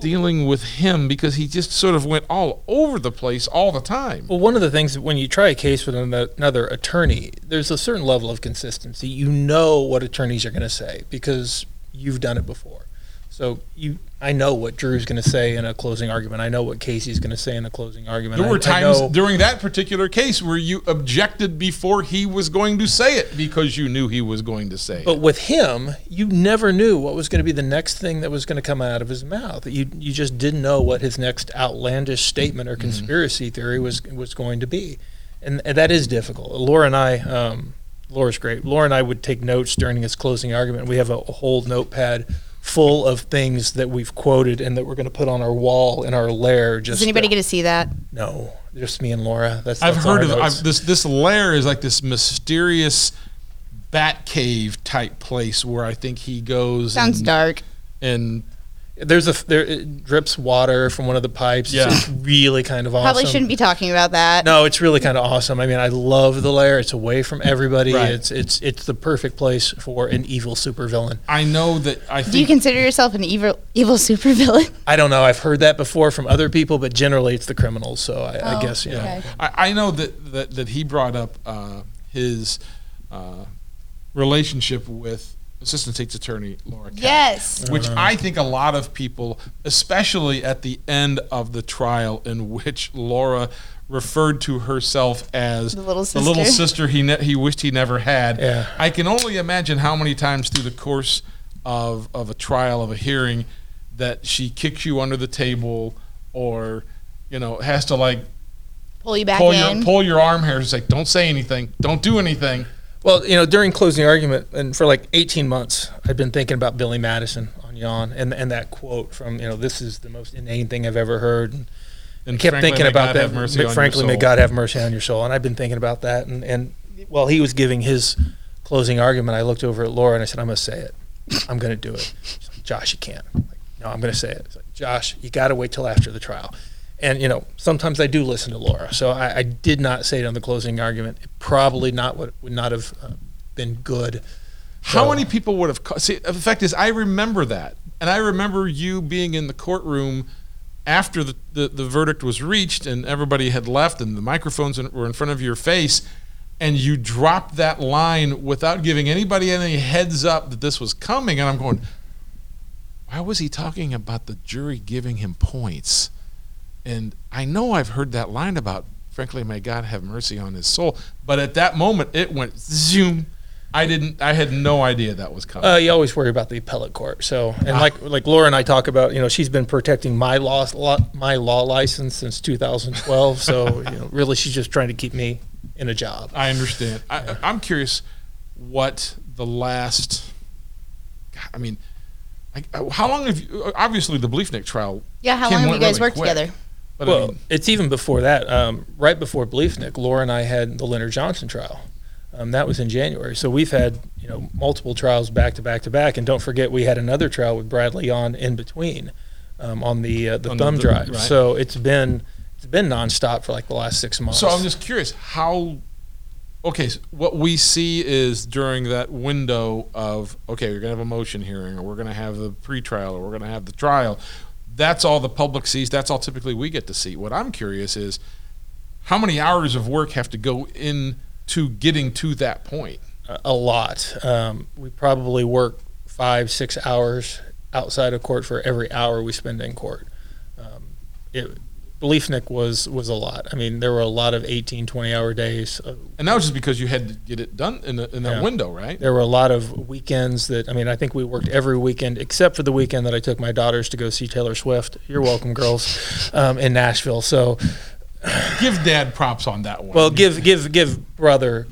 Speaker 2: dealing with him because he just sort of went all over the place all the time
Speaker 8: Well, one of the things that when you try a case with ano- another attorney, there's a certain level of consistency. You know what attorneys are going to say because you've done it before. So you, I know what Drew's going to say in a closing argument. I know what Casey's going to say in a closing argument.
Speaker 2: There
Speaker 8: I-
Speaker 2: were
Speaker 8: I
Speaker 2: times
Speaker 8: know-
Speaker 2: during that particular case where you objected before he was going to say it because you knew he was going to say it.
Speaker 8: But with him, you never knew what was going to be the next thing that was going to come out of his mouth. You you just didn't know what his next outlandish statement
Speaker 2: Mm-hmm.
Speaker 8: or conspiracy theory was was going to be, and, and that is difficult. Laura and I, um, Laura's great. Laura and I would take notes during his closing argument. We have a whole notepad full of things that we've quoted and that we're going to put on our wall in our lair. Just
Speaker 4: Does anybody get to see that?
Speaker 8: no? Just me and Laura. That's
Speaker 2: I've
Speaker 8: that's on
Speaker 2: heard
Speaker 8: our
Speaker 2: of
Speaker 8: notes.
Speaker 2: I've, this. This lair is like this mysterious bat cave type place where I think he goes.
Speaker 4: Sounds
Speaker 8: Mm,
Speaker 2: and,
Speaker 4: dark.
Speaker 2: And
Speaker 8: There's a there it drips water from one of the pipes.
Speaker 2: Yeah.
Speaker 8: It's really kind of awesome.
Speaker 4: Probably shouldn't be talking about that.
Speaker 8: No, it's really kind of awesome. I mean, I love the lair. It's away from everybody.
Speaker 2: Right.
Speaker 8: It's it's it's the perfect place for an evil supervillain.
Speaker 2: I know that I think
Speaker 4: Do you consider yourself an evil evil [laughs] supervillain?
Speaker 8: I don't know. I've heard that before from other people, but generally it's the criminals. So I,
Speaker 4: Oh,
Speaker 8: I guess you know.
Speaker 2: I, I know that, that, that he brought up uh, his uh, relationship with Assistant State's Attorney Laura Katz.
Speaker 4: Yes.
Speaker 2: Which I think a lot of people, especially at the end of the trial, in which Laura referred to herself as
Speaker 4: The little sister.
Speaker 2: sister he ne- he wished he never had.
Speaker 8: Yeah.
Speaker 2: I can only imagine how many times through the course of of a trial of a hearing that she kicks you under the table or you know has to like
Speaker 4: Pull you back
Speaker 2: pull
Speaker 4: in.
Speaker 2: your pull your arm hairs. Like, don't say anything. Don't do anything.
Speaker 8: Well, you know, during closing argument, and for like 18 months, I'd been thinking about Billy Madison on Yawn, and and that quote from you know, this is the most inane thing I've ever heard. And
Speaker 2: And
Speaker 8: I kept
Speaker 2: frankly,
Speaker 8: thinking
Speaker 2: may
Speaker 8: about
Speaker 2: God
Speaker 8: that.
Speaker 2: have mercy
Speaker 8: but
Speaker 2: on your
Speaker 8: frankly, may
Speaker 2: soul.
Speaker 8: God have mercy on your soul. And I've been thinking about that. And and while he was giving his closing argument, I looked over at Laura and I said, "I'm going to say it. I'm going to do it." She's like, Josh, you can't. I'm like, no, I'm going to say it. It's like, Josh, you got to wait till after the trial. And you know, sometimes I do listen to Laura, so I, I did not say it on the closing argument. It probably not what would not have uh, been good.
Speaker 2: How
Speaker 8: So-
Speaker 2: many people would have ca- see? The fact is, I remember that, and I remember you being in the courtroom after the, the, the verdict was reached and everybody had left, and the microphones in- were in front of your face, and you dropped that line without giving anybody any heads up that this was coming, and I'm going. Why was he talking about the jury giving him points? And I know I've heard that line about, frankly, may God have mercy on his soul. But at that moment, it went zoom. I didn't. I had no idea that was coming.
Speaker 8: Uh, you always worry about the appellate court. So, and like like Laura and I talk about, you know, she's been protecting my law, law my law license since 2012. So, you know, really, she's just trying to keep me in a job.
Speaker 2: I understand. I, I'm curious what the last. God, I mean, I, I- how long have you? Obviously, the Bleefnick trial.
Speaker 4: Yeah, how
Speaker 2: came-
Speaker 4: long have
Speaker 2: went
Speaker 4: you guys
Speaker 2: really
Speaker 4: worked
Speaker 2: quick.
Speaker 4: together?
Speaker 2: But I
Speaker 8: Well,
Speaker 2: mean,
Speaker 8: it's even before that. Um, right before Bleefnick, Laura and I had the Leonard Johnson trial. Um, that was in January. So we've had you know multiple trials back to back to back, and don't forget we had another trial with Bradley on in between um, on the uh, the
Speaker 2: On the-
Speaker 8: thumb
Speaker 2: the-
Speaker 8: drive.
Speaker 2: right.
Speaker 8: So it's been it's been nonstop for like the last six months.
Speaker 2: So I'm just curious how. Okay, so what we see is during that window of okay, we're gonna have a motion hearing, or we're gonna have the pretrial, or we're gonna have the trial. That's all the public sees. That's all typically we get to see. What I'm curious is how many hours of work have to go into getting to that point.
Speaker 8: a- a lot. Um, we probably work five, six hours outside of court for every hour we spend in court. Um, it, Beliefnik was was a lot. I mean, there were a lot of 18, 20 hour days. Uh,
Speaker 2: And that was just because you had to get it done in, the, in that
Speaker 8: Yeah.
Speaker 2: window, right?
Speaker 8: There were a lot of weekends that I mean, I think we worked every weekend except for the weekend that I took my daughters to go see Taylor Swift. You're welcome, girls, um, in Nashville. So,
Speaker 2: Give dad props on that one.
Speaker 8: well, give give give brother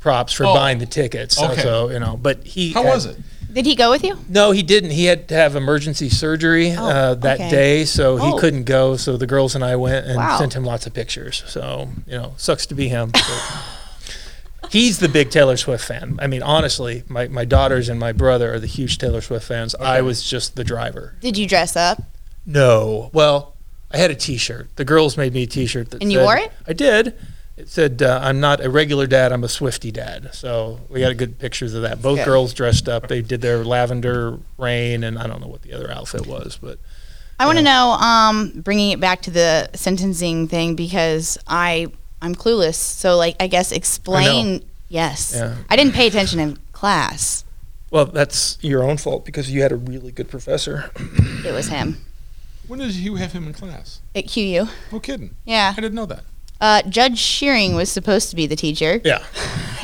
Speaker 8: props for
Speaker 2: Oh.
Speaker 8: buying the tickets. So,
Speaker 2: Okay.
Speaker 8: so, you know, but he
Speaker 2: how
Speaker 8: had-
Speaker 2: was it?
Speaker 4: Did he go with you?
Speaker 8: No, he didn't. He had to have emergency surgery uh, that
Speaker 4: Oh, okay.
Speaker 8: day, so
Speaker 4: Oh.
Speaker 8: he couldn't go. So the girls and I went and
Speaker 4: Wow.
Speaker 8: sent him lots of pictures. So you know, sucks to be him. but he's the big Taylor Swift fan. I mean, honestly, my, my daughters and my brother are the huge Taylor Swift fans. I was just the driver.
Speaker 4: Did you dress up?
Speaker 8: No. Well, I had a T-shirt. The girls made me a T-shirt that.
Speaker 4: And you
Speaker 8: said-
Speaker 4: wore it?
Speaker 8: I did. It said, uh, "I'm not a regular dad. I'm a Swifty dad." So we got good pictures of that. Both
Speaker 4: Good.
Speaker 8: girls dressed up. They did their lavender rain, and I don't know what the other outfit was, but
Speaker 4: I want to know, um, bringing it back to the sentencing thing because I I'm clueless. So like, I guess explain. yes,
Speaker 8: Yeah.
Speaker 4: I didn't pay attention in class.
Speaker 8: well, that's your own fault because you had a really good professor.
Speaker 4: It was him.
Speaker 2: When did you have him in class?
Speaker 4: At QU.
Speaker 2: No kidding.
Speaker 4: Yeah.
Speaker 2: I didn't know that.
Speaker 4: Uh, Judge Shearing was supposed to be the teacher, [laughs]
Speaker 8: Yeah.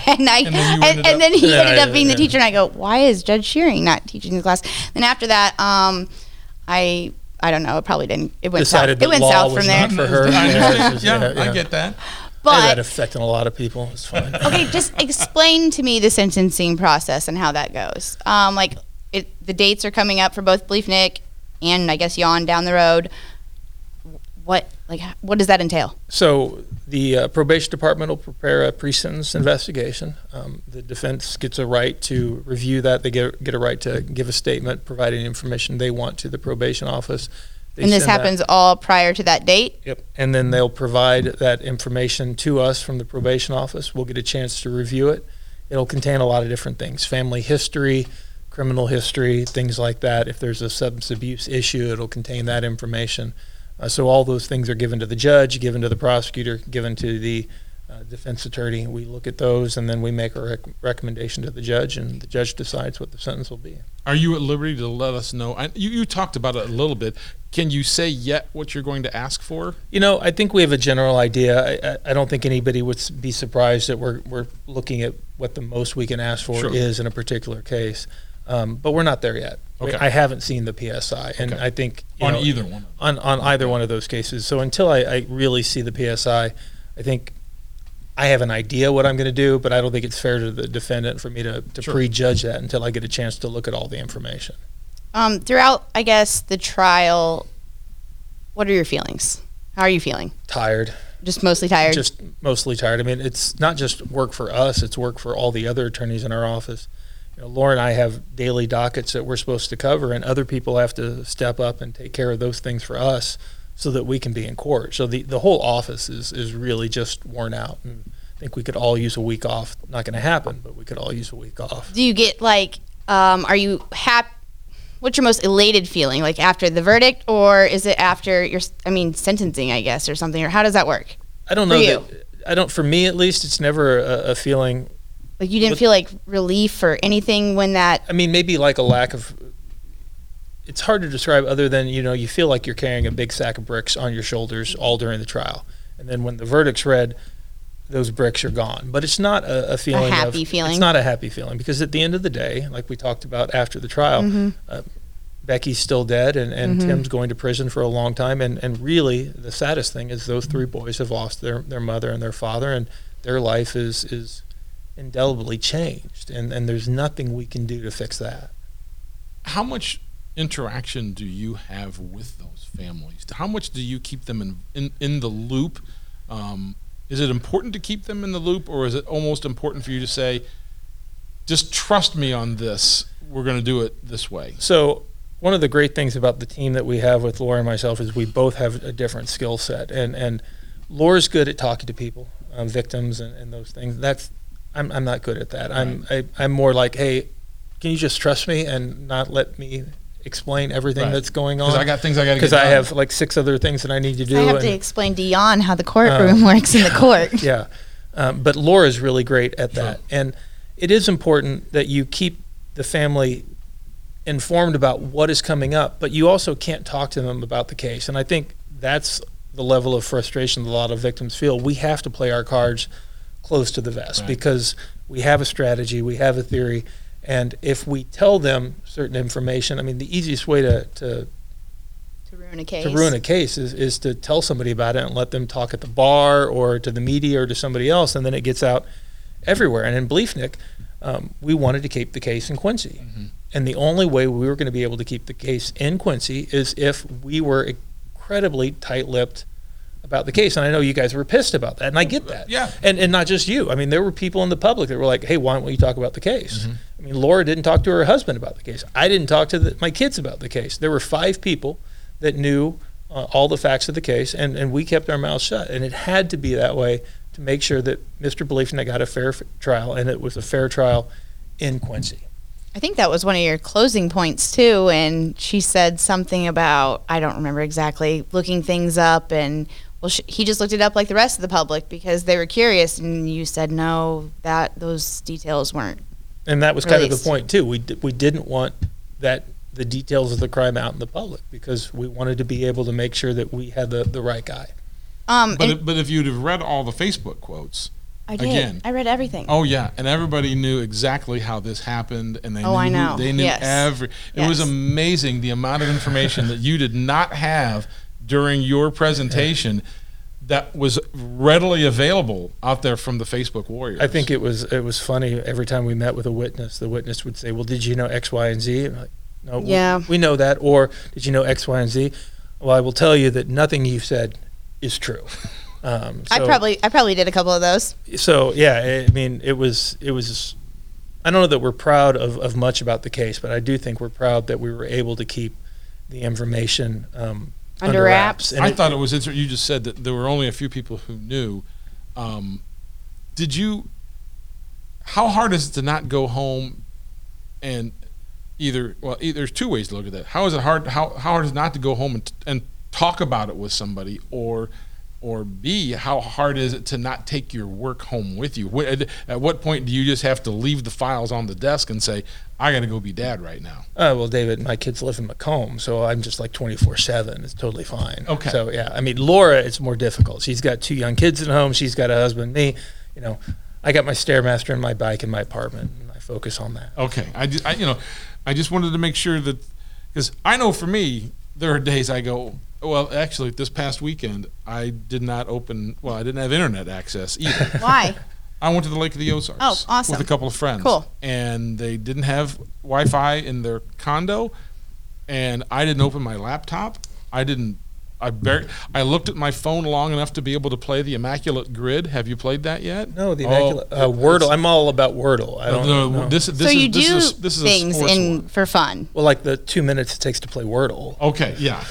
Speaker 4: and I
Speaker 8: And then
Speaker 4: and,
Speaker 8: you ended
Speaker 4: and,
Speaker 8: up-
Speaker 4: then he
Speaker 8: Yeah,
Speaker 4: ended up
Speaker 8: yeah,
Speaker 4: being
Speaker 8: yeah.
Speaker 4: the teacher. And I go, why is Judge Shearing not teaching the class? Then after that, um, I I don't know. It probably didn't. It went
Speaker 8: Decided
Speaker 4: south.
Speaker 8: that
Speaker 4: It went
Speaker 8: law
Speaker 4: south
Speaker 8: was
Speaker 4: from there.
Speaker 8: not for her.
Speaker 2: I understand.
Speaker 8: [laughs] Yeah,
Speaker 2: Yeah,
Speaker 8: yeah, yeah.
Speaker 2: I get that.
Speaker 8: I had that [laughs]
Speaker 4: But
Speaker 8: affecting a lot of people. It's fine.
Speaker 4: okay, just explain to me the sentencing process and how that goes. Um, like it, the dates are coming up for both Belief Nick and I guess Yawn down the road. What like what does that entail?
Speaker 8: So the uh, probation department will prepare a pre-sentence investigation. Um, the defense gets a right to review that. They get, get a right to give a statement, provide any information they want to the probation office. They
Speaker 4: and this
Speaker 8: send that-
Speaker 4: happens all prior to that date.
Speaker 8: Yep. And then they'll provide that information to us from the probation office. We'll get a chance to review it. It'll contain a lot of different things family history, criminal history, things like that. If there's a substance abuse issue, it'll contain that information. Uh, so, all those things are given to the judge, given to the prosecutor, given to the uh, defense attorney. We look at those and then we make a rec- recommendation to the judge, and the judge decides what the sentence will be.
Speaker 2: Are you at liberty to let us know? I, you, you talked about it a little bit. Can you say yet what you're going to ask for?
Speaker 8: You know, I think we have a general idea. I- I, I don't think anybody would s- be surprised that we're, we're looking at what the most we can ask for
Speaker 2: Sure.
Speaker 8: is in a particular case. Um, but we're not there yet. We-
Speaker 2: Okay.
Speaker 8: I haven't seen the PSI, and
Speaker 2: Okay.
Speaker 8: I think you
Speaker 2: On
Speaker 8: know,
Speaker 2: either one of
Speaker 8: on on either one of those cases. So until I, I really see the PSI, I think I have an idea what I'm going to do, but I don't think it's fair to the defendant for me to, to
Speaker 2: Sure.
Speaker 8: prejudge that until I get a chance to look at all the information.
Speaker 4: Um, throughout I guess the trial, what are your feelings? How are you feeling?
Speaker 8: Tired.
Speaker 4: Just mostly tired.
Speaker 8: just mostly tired. I mean, it's not just work for us; it's work for all the other attorneys in our office. You know, Laura and I have daily dockets that we're supposed to cover, and other people have to step up and take care of those things for us, so that we can be in court. So the the whole office is is really just worn out, and I think we could all use a week off. Not going to happen, but we could all use a week off.
Speaker 4: Do you get like um, are you happy? What's your most elated feeling like after the verdict, or is it after your? s- I mean, sentencing, I guess, or something, or how does that work?
Speaker 8: I don't
Speaker 4: For
Speaker 8: know.
Speaker 4: you.
Speaker 8: That, I don't. For me, at least, it's never a, a feeling
Speaker 4: Like you didn't
Speaker 8: With-
Speaker 4: feel like relief or anything when that.
Speaker 8: I mean, maybe like a lack of. It's hard to describe other than you know you feel like you're carrying a big sack of bricks on your shoulders all during the trial, and then when the verdict's read, those bricks are gone. But it's not a, a feeling of-
Speaker 4: happy feeling.
Speaker 8: It's not a happy feeling because at the end of the day, like we talked about after the trial,
Speaker 4: Mm-hmm.
Speaker 8: uh, Becky's still dead, and, and Tim's going to prison for a long time. And, and really, the saddest thing is those three boys have lost their, their mother and their father, and their life is is indelibly changed. And, and there's nothing we can do to fix that.
Speaker 2: How much interaction do you have with those families? How much do you keep them in in, in the loop? Um, is it important to keep them in the loop, or is it almost important for you to say, "Just trust me on this. We're going to do it this way."
Speaker 8: So one of the great things about the team that we have with Laura and myself is we both have a different skill set, and and Laura's good at talking to people, um, victims, and, and those things. That's I'm I'm not good at that. I'm I, I'm more like, hey, can you just trust me and not let me explain everything
Speaker 2: Right.
Speaker 8: that's going on?
Speaker 2: Because I got things I got to get.
Speaker 8: because I
Speaker 2: done.
Speaker 8: have like six other things that I need to do.
Speaker 4: I have
Speaker 8: and- Um,
Speaker 4: to explain to Jan how the courtroom works in the court.
Speaker 8: [laughs] yeah. Um, but Laura's really great at that. And it is important that you keep the family informed about what is coming up, but you also can't talk to them about the case. And I think that's the level of frustration that a lot of victims feel. We have to play our cards close to the vest
Speaker 2: Right.
Speaker 8: because we have a strategy, we have a theory. And if we tell them certain information, I mean, the easiest way to, to
Speaker 4: To ruin a case.
Speaker 8: to ruin a case is, is to tell somebody about it and let them talk at the bar or to the media or to somebody else, and then it gets out everywhere. And in Bleefnik, um, we wanted to keep the case in Quincy. And the only way we were going to be able to keep the case in Quincy is if we were incredibly tight lipped about the case. And I know you guys were pissed about that, and I get that.
Speaker 2: Yeah.
Speaker 8: And, and not just you. I mean, there were people in the public that were like, hey, why don't you talk about the case? I mean, Laura didn't talk to her husband about the case. I didn't talk to the, my kids about the case. There were five people that knew uh, all the facts of the case, and, and we kept our mouths shut. And it had to be that way to make sure that Mr. Beliefna got a fair f- trial, and it was a fair trial in Quincy.
Speaker 4: I think that was one of your closing points too, and she said something about I don't remember exactly looking things up, and well, sh he just looked it up like the rest of the public because they were curious, and you said no, that those details weren't.
Speaker 8: And that was kind of
Speaker 4: Released.
Speaker 8: the point too. We d- we didn't want that the details of the crime out in the public because we wanted to be able to make sure that we had the, the right guy.
Speaker 4: Um,
Speaker 2: But
Speaker 4: and
Speaker 2: if, but if you'd have read all the Facebook quotes,
Speaker 4: I did.
Speaker 2: again.
Speaker 4: I read everything.
Speaker 2: oh yeah, and everybody knew exactly how this happened, and they
Speaker 4: Oh,
Speaker 2: knew,
Speaker 4: I know.
Speaker 2: they knew
Speaker 4: Yes.
Speaker 2: every. It was
Speaker 4: Yes.
Speaker 2: amazing the amount of information that you did not have during your presentation. That was readily available out there from the Facebook warriors.
Speaker 8: I think it was it was funny every time we met with a witness, the witness would say, "Well, did you know X, Y, and Z?" And I'm like, no, we-
Speaker 4: Yeah.
Speaker 8: we, know that. Or did you know X, Y, and Z? Well, I will tell you that nothing you've said is
Speaker 4: [laughs]
Speaker 8: true. Um,
Speaker 4: I
Speaker 8: so-
Speaker 4: probably I probably did a couple
Speaker 2: [laughs]
Speaker 4: of those.
Speaker 8: so yeah. I mean, it was it was. I don't know that we're proud of, of much about the case, but I do think we're proud that we were able to keep the information um,
Speaker 4: Under wraps.
Speaker 8: And
Speaker 2: I
Speaker 8: it-
Speaker 2: thought it was interesting. You just said that there were only a few people who knew. Um, did you? How hard is it to not go home and either? Well, e there's two ways to look at that. How is it hard? How, how hard is it not to go home and, and talk about it with somebody, or or B, how hard is it to not take your work home with you? Wh- At at what point do you just have to leave the files on the desk and say, "I got to go be dad right now"?
Speaker 8: Oh well, David, my kids live in Macomb, so I'm just like 24 seven. It's totally fine.
Speaker 2: Okay.
Speaker 8: So yeah, I mean Laura, it's more difficult. She's got two young kids at home. She's got a husband. Me, you know, I got my stairmaster and my bike in my apartment, and I focus on that.
Speaker 2: Okay, I just, I, you know, I just wanted to make sure that because I know for me there are days I go. Well, actually, this past weekend I did not open. Well, I didn't have internet access either.
Speaker 4: [laughs] Why?
Speaker 2: I went to the Lake of the Ozarks.
Speaker 4: Oh, awesome.
Speaker 2: With a couple of friends.
Speaker 4: Cool.
Speaker 2: And they didn't have Wi-Fi in their condo, and I didn't open my laptop. I didn't. I bar- I looked at my phone long enough to be able to play the Immaculate Grid. Have you played that yet?
Speaker 8: No, the
Speaker 2: Oh,
Speaker 8: immaculate uh,
Speaker 2: it's- Uh,
Speaker 8: Wordle. I'm all about Wordle. I don't
Speaker 2: no,
Speaker 8: know.
Speaker 2: This, this
Speaker 4: so
Speaker 2: is,
Speaker 4: you
Speaker 2: this
Speaker 4: do
Speaker 2: is, this is a
Speaker 4: things
Speaker 2: sports
Speaker 4: in
Speaker 2: one.
Speaker 4: for fun.
Speaker 8: well, like the two minutes it takes to play Wordle.
Speaker 2: Okay, yeah.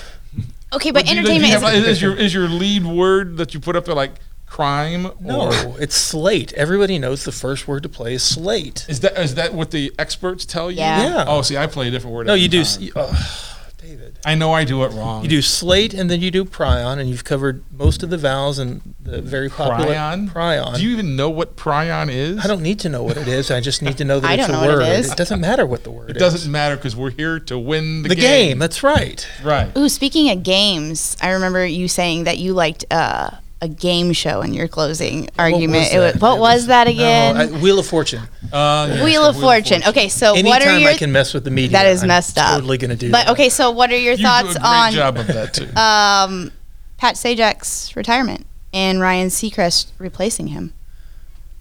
Speaker 4: Okay, but
Speaker 2: Do you- do you
Speaker 4: entertainment
Speaker 2: have-
Speaker 4: is
Speaker 2: is, is your is your lead word that you put up there like crime or
Speaker 8: No, it's slate. Everybody knows the first word to play is slate.
Speaker 2: is that is that what the experts tell you?
Speaker 4: Yeah.
Speaker 8: Yeah.
Speaker 2: Oh, see, I play a different word.
Speaker 8: No,
Speaker 2: every
Speaker 8: you do.
Speaker 2: time.
Speaker 8: Oh, David.
Speaker 2: I know I do it wrong.
Speaker 8: You do slate and then you do prion, and you've covered most of the vowels and the very popular
Speaker 2: prion.
Speaker 8: prion.
Speaker 2: Do you even know what prion is?
Speaker 8: I don't need to know what it is. I just need to know that
Speaker 4: [laughs] I
Speaker 8: it's
Speaker 4: don't
Speaker 8: a
Speaker 4: know what it
Speaker 8: word.
Speaker 4: is.
Speaker 8: doesn't matter what the word
Speaker 2: It
Speaker 8: is.
Speaker 2: doesn't matter because we're here to win the,
Speaker 8: The game. That's right.
Speaker 2: Right.
Speaker 4: Ooh, speaking of games, I remember you saying that you liked uh, a game show in your closing argument. It wa-
Speaker 8: that?
Speaker 4: what
Speaker 8: It
Speaker 4: was, that
Speaker 8: no,
Speaker 4: again?
Speaker 8: I- Wheel of Fortune.
Speaker 2: Uh, yeah,
Speaker 4: Wheel,
Speaker 2: so
Speaker 4: of Fortune. Okay, so
Speaker 8: Anytime
Speaker 4: what are your
Speaker 8: I can mess with the media,
Speaker 4: that is
Speaker 8: I'm
Speaker 4: messed up?
Speaker 8: Totally going to do.
Speaker 4: But
Speaker 8: that.
Speaker 4: okay, so what are your
Speaker 2: You
Speaker 4: thoughts
Speaker 2: do a great
Speaker 4: on
Speaker 2: job of that too.
Speaker 4: um, Pat Sajak's retirement and Ryan Seacrest replacing him?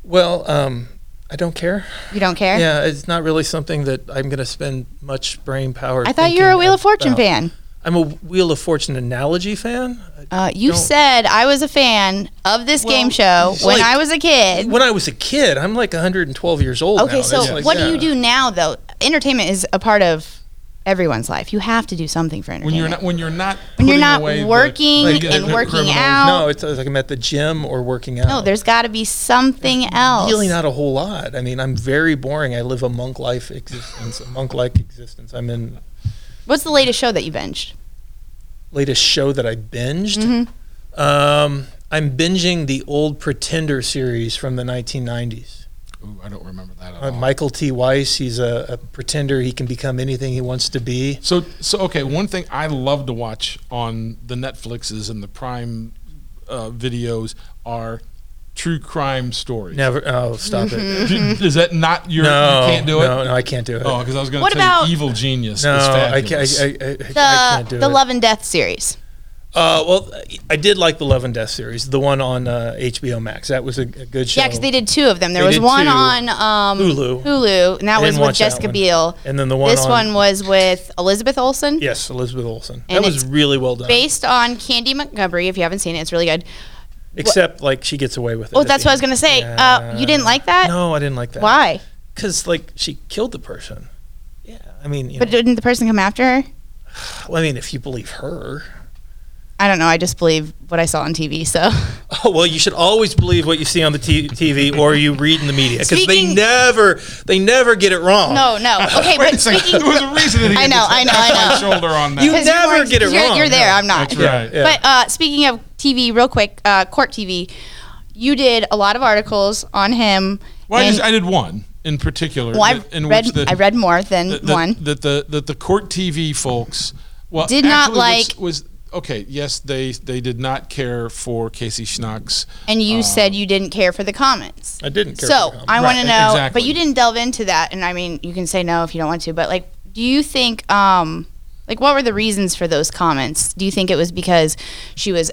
Speaker 8: Well, um, I don't care.
Speaker 4: You don't care?
Speaker 8: Yeah, it's not really something that I'm going to spend much brain power.
Speaker 4: I thought you were a
Speaker 8: thinking
Speaker 4: Wheel of Fortune
Speaker 8: about.
Speaker 4: fan.
Speaker 8: I'm a Wheel of Fortune analogy fan.
Speaker 4: Uh, you
Speaker 8: Don't-
Speaker 4: said I was a fan of this
Speaker 8: Well,
Speaker 4: game show
Speaker 8: it's
Speaker 4: when
Speaker 8: like-
Speaker 4: I was a kid.
Speaker 8: When I was a kid, I'm like 112 years old.
Speaker 4: Okay,
Speaker 8: now.
Speaker 4: so
Speaker 8: It's like,
Speaker 4: what
Speaker 8: yeah.
Speaker 4: do you do now though? Entertainment is a part of everyone's life. You have to do something for entertainment.
Speaker 2: When you're not when you're not
Speaker 4: When you're
Speaker 2: putting
Speaker 4: not
Speaker 2: away the-
Speaker 4: working
Speaker 2: like, the
Speaker 4: and working
Speaker 2: criminals.
Speaker 4: out.
Speaker 8: No, it's, it's like I'm at the gym or working out.
Speaker 4: no, there's got to be something else.
Speaker 8: really not a whole lot. I mean, I'm very boring. I live a monk life existence, a monk like existence. I'm in
Speaker 4: What's the latest show that you binged? Mm-hmm.
Speaker 8: latest show that I binged. Um, I'm binging the old Pretender series from the 1990s.
Speaker 2: Ooh, I don't remember that at
Speaker 8: Uh,
Speaker 2: all.
Speaker 8: Michael T. Weiss, he's a, a pretender. He can become anything he wants to be.
Speaker 2: So, so okay. One thing I love to watch on the Netflixes and the Prime uh, videos are true crime stories.
Speaker 8: Never. Oh, stop
Speaker 4: Mm-hmm.
Speaker 8: it.
Speaker 2: Is that not your?
Speaker 8: No,
Speaker 2: you can't do
Speaker 8: No,
Speaker 2: it.
Speaker 8: no, I can't do it.
Speaker 2: Oh, because I was going
Speaker 4: What
Speaker 2: to tell
Speaker 4: about-
Speaker 2: you, Evil Genius
Speaker 8: no,
Speaker 2: is
Speaker 8: I
Speaker 2: fabulous.
Speaker 8: can't. I, I, I, I
Speaker 4: The
Speaker 8: can't do
Speaker 4: the
Speaker 8: it.
Speaker 4: Love and Death series.
Speaker 8: Uh, well, I did like the Love and Death series, the one on uh, HBO Max. That was a, a good show.
Speaker 4: Yeah, because they did two of them. There
Speaker 8: They
Speaker 4: was
Speaker 8: did
Speaker 4: one
Speaker 8: two.
Speaker 4: on um,
Speaker 8: Hulu.
Speaker 4: Hulu, and that
Speaker 8: I
Speaker 4: was
Speaker 8: didn't
Speaker 4: with
Speaker 8: watch that
Speaker 4: Jessica
Speaker 8: one.
Speaker 4: Biel.
Speaker 8: And then the one
Speaker 4: this
Speaker 8: on-
Speaker 4: one was with Elizabeth Olsen.
Speaker 8: Yes, Elizabeth Olsen.
Speaker 4: And
Speaker 8: that
Speaker 4: it's
Speaker 8: was really well done.
Speaker 4: Based on Candy Montgomery, if you haven't seen it, it's really good.
Speaker 8: Except like she gets away with it.
Speaker 4: Oh,
Speaker 8: at
Speaker 4: that's
Speaker 8: the
Speaker 4: what I was gonna
Speaker 8: end.
Speaker 4: say. Uh, you didn't like that?
Speaker 8: No, I didn't like that.
Speaker 4: Why?
Speaker 8: Because like she killed the person. Yeah, I mean, you
Speaker 4: But
Speaker 8: know,
Speaker 4: didn't the person come after her?
Speaker 8: Well, I mean, if you believe her.
Speaker 4: I don't know. I just believe what I saw on TV. So [laughs]
Speaker 8: Oh well, you should always believe what you see on the t- TV or you read in the media because they
Speaker 4: Speaking-
Speaker 8: never they never get it wrong.
Speaker 4: no,
Speaker 2: [laughs]
Speaker 4: no. Okay,
Speaker 2: Wait a
Speaker 4: but
Speaker 2: second.
Speaker 4: speaking.
Speaker 2: There was a reason that he
Speaker 4: I
Speaker 2: had
Speaker 4: know,
Speaker 2: to
Speaker 4: I know, I
Speaker 2: tap
Speaker 4: know.
Speaker 2: my [laughs] shoulder on that.
Speaker 8: You
Speaker 4: Because
Speaker 8: never
Speaker 4: weren't-
Speaker 8: get it
Speaker 4: you're,
Speaker 8: wrong.
Speaker 4: You're there.
Speaker 8: No,
Speaker 4: I'm not.
Speaker 2: that's right.
Speaker 8: Yeah.
Speaker 4: But uh, speaking of TV, real quick, uh, court TV. You did a lot of articles on him.
Speaker 2: Well, I,
Speaker 4: and-
Speaker 2: just, I did one in particular.
Speaker 4: well, I've
Speaker 2: that- in
Speaker 4: read.
Speaker 2: which the,
Speaker 4: I read more than
Speaker 2: that- that-
Speaker 4: one.
Speaker 2: that the that the court TV folks well
Speaker 4: Did not
Speaker 2: actually was-
Speaker 4: like-
Speaker 2: was, okay. Yes, they they did not care for Casey Schnucks.
Speaker 4: and
Speaker 2: oh.
Speaker 4: you said you didn't care for the comments.
Speaker 8: I didn't care.
Speaker 4: So
Speaker 8: for him.
Speaker 4: I
Speaker 2: Right,
Speaker 4: want to know,
Speaker 2: exactly.
Speaker 4: but you didn't delve into that. And I mean, you can say no if you don't want to, but like, do you think, um, like, what were the reasons for those comments? Do you think it was because she was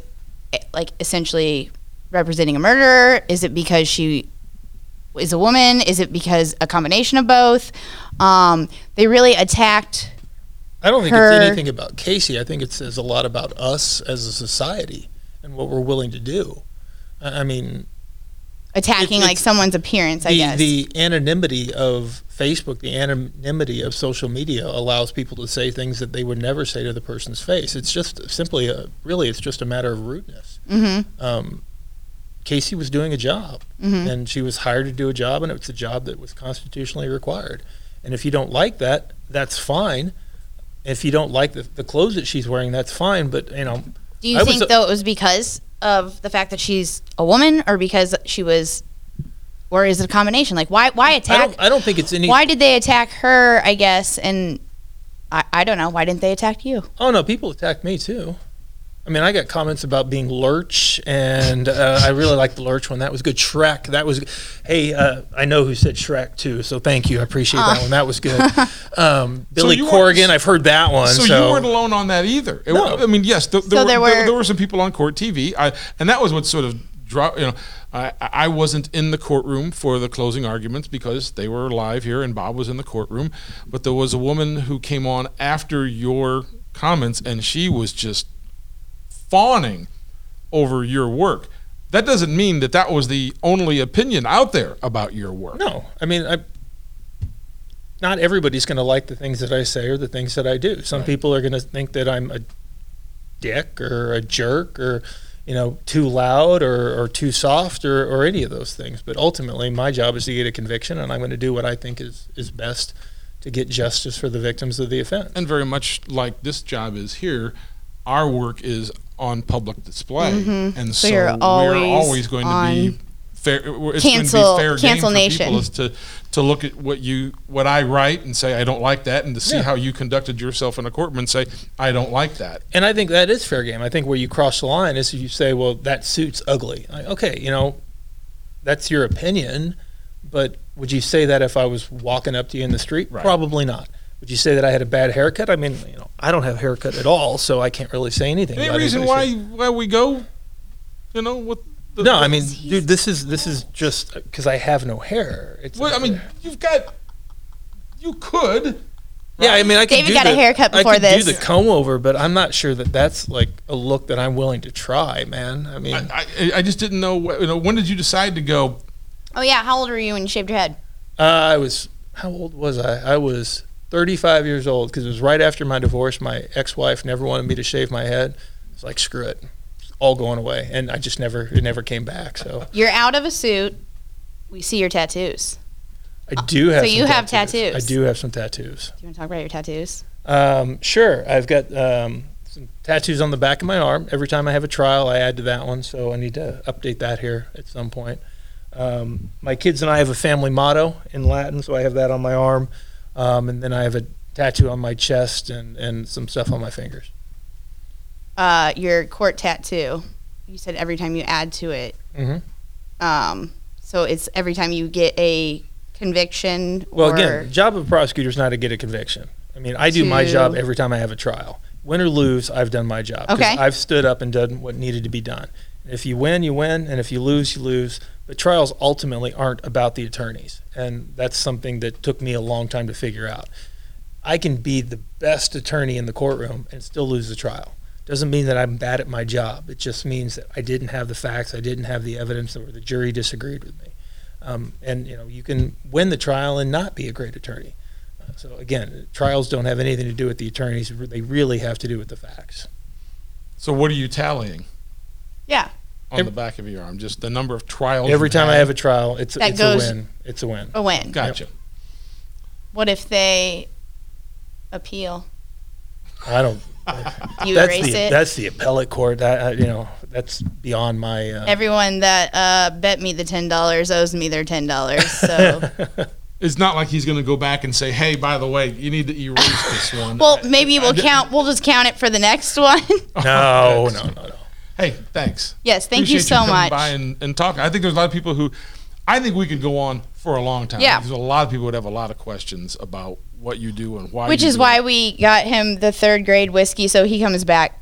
Speaker 4: eh, like essentially representing a murderer? Is it because she is a woman? Is it because a combination of both? Um, they really attacked.
Speaker 8: I don't think
Speaker 4: her-
Speaker 8: it's anything about Casey. I think it says a lot about us as a society and what we're willing to do. I I mean,
Speaker 4: Attacking
Speaker 8: It's-
Speaker 4: like
Speaker 8: it's
Speaker 4: someone's appearance, I
Speaker 8: the,
Speaker 4: guess.
Speaker 8: the anonymity of Facebook, the anonymity of social media allows people to say things that they would never say to the person's face. It's just simply a really, it's just a matter of rudeness. Mm-hmm. Um, Casey was doing a job,
Speaker 4: mm-hmm.
Speaker 8: and she was hired to do a job, and it was a job that was constitutionally required. And if you don't like that, that's fine. If you don't like the, the clothes that she's wearing, that's fine. But you know,
Speaker 4: do you
Speaker 8: I was
Speaker 4: think
Speaker 8: a-
Speaker 4: though it was because of the fact that she's a woman, or because she was, or is it a combination? Like, why why
Speaker 8: I
Speaker 4: attack?
Speaker 8: don't, I don't think it's any.
Speaker 4: why did they attack her i guess and I, I don't know why didn't they attack you
Speaker 8: Oh no, people attack me too. I mean, I got comments about being lurch, and uh, I really like the lurch one. That was good. Shrek, that was. Hey, uh, I know who said Shrek too, so thank you. I appreciate that one. That was good. Um, Billy
Speaker 2: you weren't-
Speaker 8: Corrigan, I've heard that one.
Speaker 2: So,
Speaker 8: So,
Speaker 2: you weren't alone on that either. It
Speaker 8: No.
Speaker 2: wa- I mean, yes, th- there, were,
Speaker 4: So there
Speaker 2: there, there were,
Speaker 4: were-
Speaker 2: some people on court TV, I, and that was what sort of dro You know, I, I wasn't in the courtroom for the closing arguments because they were live here, and Bob was in the courtroom. But there was a woman who came on after your comments, and she was just fawning over your work. That doesn't mean that that was the only opinion out there about your work.
Speaker 8: No, I mean, I. Not everybody's going to like the things that I say or the things that I do. Some people are going to think that I'm a dick or a jerk or you know too loud or, or too soft or, or any of those things but ultimately my job is to get a conviction and i'm going to do what i think is, is best to get justice for the victims of the offense
Speaker 2: and very much like this job is here, our work is on public display, and so,
Speaker 4: Mm-hmm. you're
Speaker 2: we're
Speaker 4: always
Speaker 2: always going to be
Speaker 4: on
Speaker 2: fair. It's
Speaker 4: cancel-
Speaker 2: going to be fair
Speaker 4: cancel
Speaker 2: game
Speaker 4: nation.
Speaker 2: for people is to to look at what you what I write and say I don't like that, and to see
Speaker 8: Yeah.
Speaker 2: how you conducted yourself in a courtroom and say I don't like that.
Speaker 8: and I think that is fair game. I think where you cross the line is if you say, "Well, that suit's ugly." Like, okay, you know, that's your opinion, but would you say that if I was walking up to you in the street?
Speaker 2: Right.
Speaker 8: Probably not. Would you say that I had a bad haircut? I mean, you know, I don't have a haircut at all, so I can't really say anything.
Speaker 2: Any
Speaker 8: about
Speaker 2: reason
Speaker 8: anybody's
Speaker 2: why
Speaker 8: hair-
Speaker 2: why we go? You know what? The,
Speaker 8: No, I mean, dude, this is this is just because I have no hair. It's
Speaker 2: What, I mean, you've got. You could.
Speaker 8: Yeah, I mean, I could
Speaker 4: David
Speaker 8: do
Speaker 4: got a
Speaker 8: the-
Speaker 4: haircut before
Speaker 8: I could
Speaker 4: this.
Speaker 8: do the comb over, but I'm not sure that that's like a look that I'm willing to try, man. I mean,
Speaker 2: I, I, I just didn't know. wh- You know, when did you decide to go?
Speaker 4: oh yeah how old were you when you shaved your head
Speaker 8: Uh, I was how old was I? I was 35 years old because it was right after my divorce. My ex-wife never wanted me to shave my head. It's like screw it, it's all going away, and I just never it never came back. So
Speaker 4: you're out of a suit we see your tattoos
Speaker 8: I do have.
Speaker 4: So
Speaker 8: some
Speaker 4: you have
Speaker 8: I
Speaker 4: tattoos.
Speaker 8: do have some tattoos.
Speaker 4: do you want to talk about your tattoos
Speaker 8: Um, sure, I've got um, some tattoos on the back of my arm. Every time I have a trial, I add to that one, so I need to update that here at some point. Um, my kids and I have a family motto in Latin, so I have that on my arm, um, and then I have a tattoo on my chest and, and some stuff on my fingers.
Speaker 4: uh, your court tattoo you said every time you add to it
Speaker 8: Mhm.
Speaker 4: um, so it's every time you get a conviction
Speaker 8: Well,
Speaker 4: or
Speaker 8: again, the job of a prosecutor is not to get a conviction. I mean, I do my
Speaker 4: To-
Speaker 8: job every time I have a trial. Win or lose, I've done my job. 'cause
Speaker 4: Okay.
Speaker 8: I've stood up and done what needed to be done. If you win, you win, and if you lose, you lose. But trials ultimately aren't about the attorneys, and that's something that took me a long time to figure out. I can be the best attorney in the courtroom and still lose the trial. Doesn't mean that I'm bad at my job. It just means that I didn't have the facts, I didn't have the evidence, or the jury disagreed with me. Um, and you know, you can win the trial and not be a great attorney. So again, trials don't have anything to do with the attorneys. They really have to do with the facts.
Speaker 2: So what are you tallying
Speaker 4: Yeah.
Speaker 2: on the back of your arm? Just the number of trials.
Speaker 8: Every
Speaker 2: you've
Speaker 8: time I
Speaker 2: had?
Speaker 8: have a trial, it's,
Speaker 4: That
Speaker 8: it's
Speaker 4: goes-
Speaker 8: a win. It's a win.
Speaker 4: A win.
Speaker 2: Gotcha.
Speaker 4: What if they appeal?
Speaker 8: I don't.
Speaker 4: You
Speaker 8: that's
Speaker 4: erase
Speaker 8: the
Speaker 4: it.
Speaker 8: that's the appellate court. That I, you know that's beyond my. Uh,
Speaker 4: Everyone that uh, bet me the ten dollars owes me their ten dollars. So,
Speaker 8: [laughs]
Speaker 2: It's not like he's going to go back and say, "Hey, by the way, you need to erase
Speaker 4: [laughs]
Speaker 2: this one."
Speaker 4: well, maybe we'll count. We'll just count it for the next one. [laughs]
Speaker 8: no, no, no, no.
Speaker 2: Hey, thanks.
Speaker 4: yes, thank you
Speaker 2: Appreciate
Speaker 4: so
Speaker 2: coming
Speaker 4: much.
Speaker 2: By and, and talking. I think there's a lot of people who, I think we could go on for a long time.
Speaker 6: Yeah.
Speaker 2: Because a lot of people would have a lot of questions about what you do and why.
Speaker 4: Which
Speaker 2: you
Speaker 4: is
Speaker 2: do
Speaker 4: why
Speaker 2: it.
Speaker 4: we got him the third grade whiskey, so he comes back.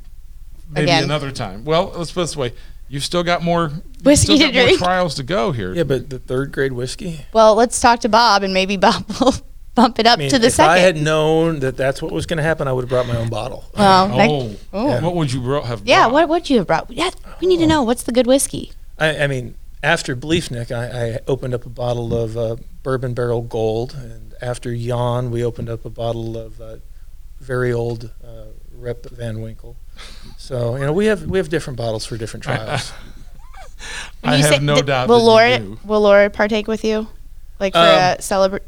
Speaker 2: maybe
Speaker 4: again.
Speaker 2: another time. Well, let's put it this way: you've still got more you've
Speaker 4: [laughs] Whiskey
Speaker 2: still
Speaker 4: to
Speaker 2: got more
Speaker 4: drink.
Speaker 2: trials to go here.
Speaker 8: Yeah, but the third grade whiskey.
Speaker 4: Well, let's talk to Bob, and maybe [laughs] Bob will bump it up
Speaker 8: I mean,
Speaker 4: to the
Speaker 8: if
Speaker 4: second.
Speaker 8: I had known that that's what was going to happen, I would have brought my own bottle.
Speaker 4: well, that-
Speaker 2: Oh, what would you bro- have?
Speaker 4: yeah.
Speaker 2: brought?
Speaker 4: What would you have brought? Yeah, we
Speaker 8: Oh.
Speaker 4: need to know what's the good whiskey.
Speaker 8: I, I mean, after Bleefnik, I, I opened up a bottle of uh, Bourbon Barrel Gold, and after Jan, we opened up a bottle of uh, very old uh, Rep Van Winkle. So you know, we have we have different bottles for different trials.
Speaker 2: I
Speaker 4: You
Speaker 2: have
Speaker 4: say-
Speaker 2: no
Speaker 4: th-
Speaker 2: doubt.
Speaker 4: Will
Speaker 2: that you
Speaker 4: Laura
Speaker 2: do.
Speaker 4: will Laura partake with you, like for
Speaker 8: Um,
Speaker 4: a celebrate?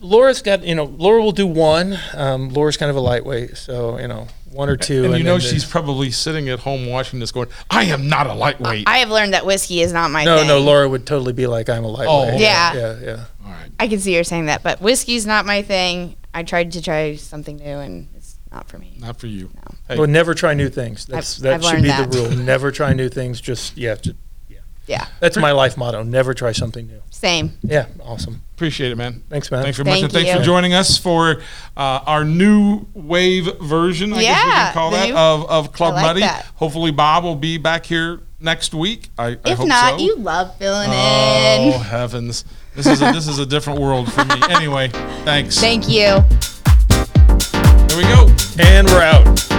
Speaker 8: Laura's got you know Laura will do one. Um, Laura's kind of a lightweight, so you know one or two.
Speaker 2: and you know
Speaker 8: then
Speaker 2: she's
Speaker 8: the-
Speaker 2: probably sitting at home watching this, going, "I am not a lightweight."
Speaker 4: I have learned that whiskey is not my
Speaker 8: no
Speaker 4: thing.
Speaker 8: no Laura would totally be like I'm a lightweight.
Speaker 2: Oh, okay.
Speaker 4: Yeah.
Speaker 8: yeah yeah.
Speaker 2: All right.
Speaker 4: Uh, I can see you're saying that, but whiskey's not my thing. I tried to try something new, and it's not for me.
Speaker 2: Not for you. Hey,
Speaker 8: Well, never try new things. That's
Speaker 4: I've- I've
Speaker 8: that should be
Speaker 4: learned
Speaker 8: the
Speaker 4: that.
Speaker 8: rule. Never try new things. Just yeah, just, yeah.
Speaker 4: Yeah.
Speaker 8: That's my life motto. Never try something new.
Speaker 4: Same.
Speaker 8: Yeah, awesome.
Speaker 2: appreciate it, man.
Speaker 8: Thanks, man.
Speaker 2: Thanks very much,
Speaker 4: Thank
Speaker 2: and thanks for
Speaker 4: you.
Speaker 2: joining us for uh, our new wave version. I guess we
Speaker 4: Yeah,
Speaker 2: can call
Speaker 4: the
Speaker 2: that
Speaker 4: new-
Speaker 2: of, of Club
Speaker 4: I like
Speaker 2: Muddy.
Speaker 4: that.
Speaker 2: Hopefully, Bob will be back here next week. I, I
Speaker 4: If
Speaker 2: hope so.
Speaker 4: not, you love filling
Speaker 2: Oh
Speaker 4: in.
Speaker 2: heavens! This is a, this is a different world for me. Anyway, thanks.
Speaker 4: Thank you.
Speaker 2: There we go.
Speaker 8: And we're out.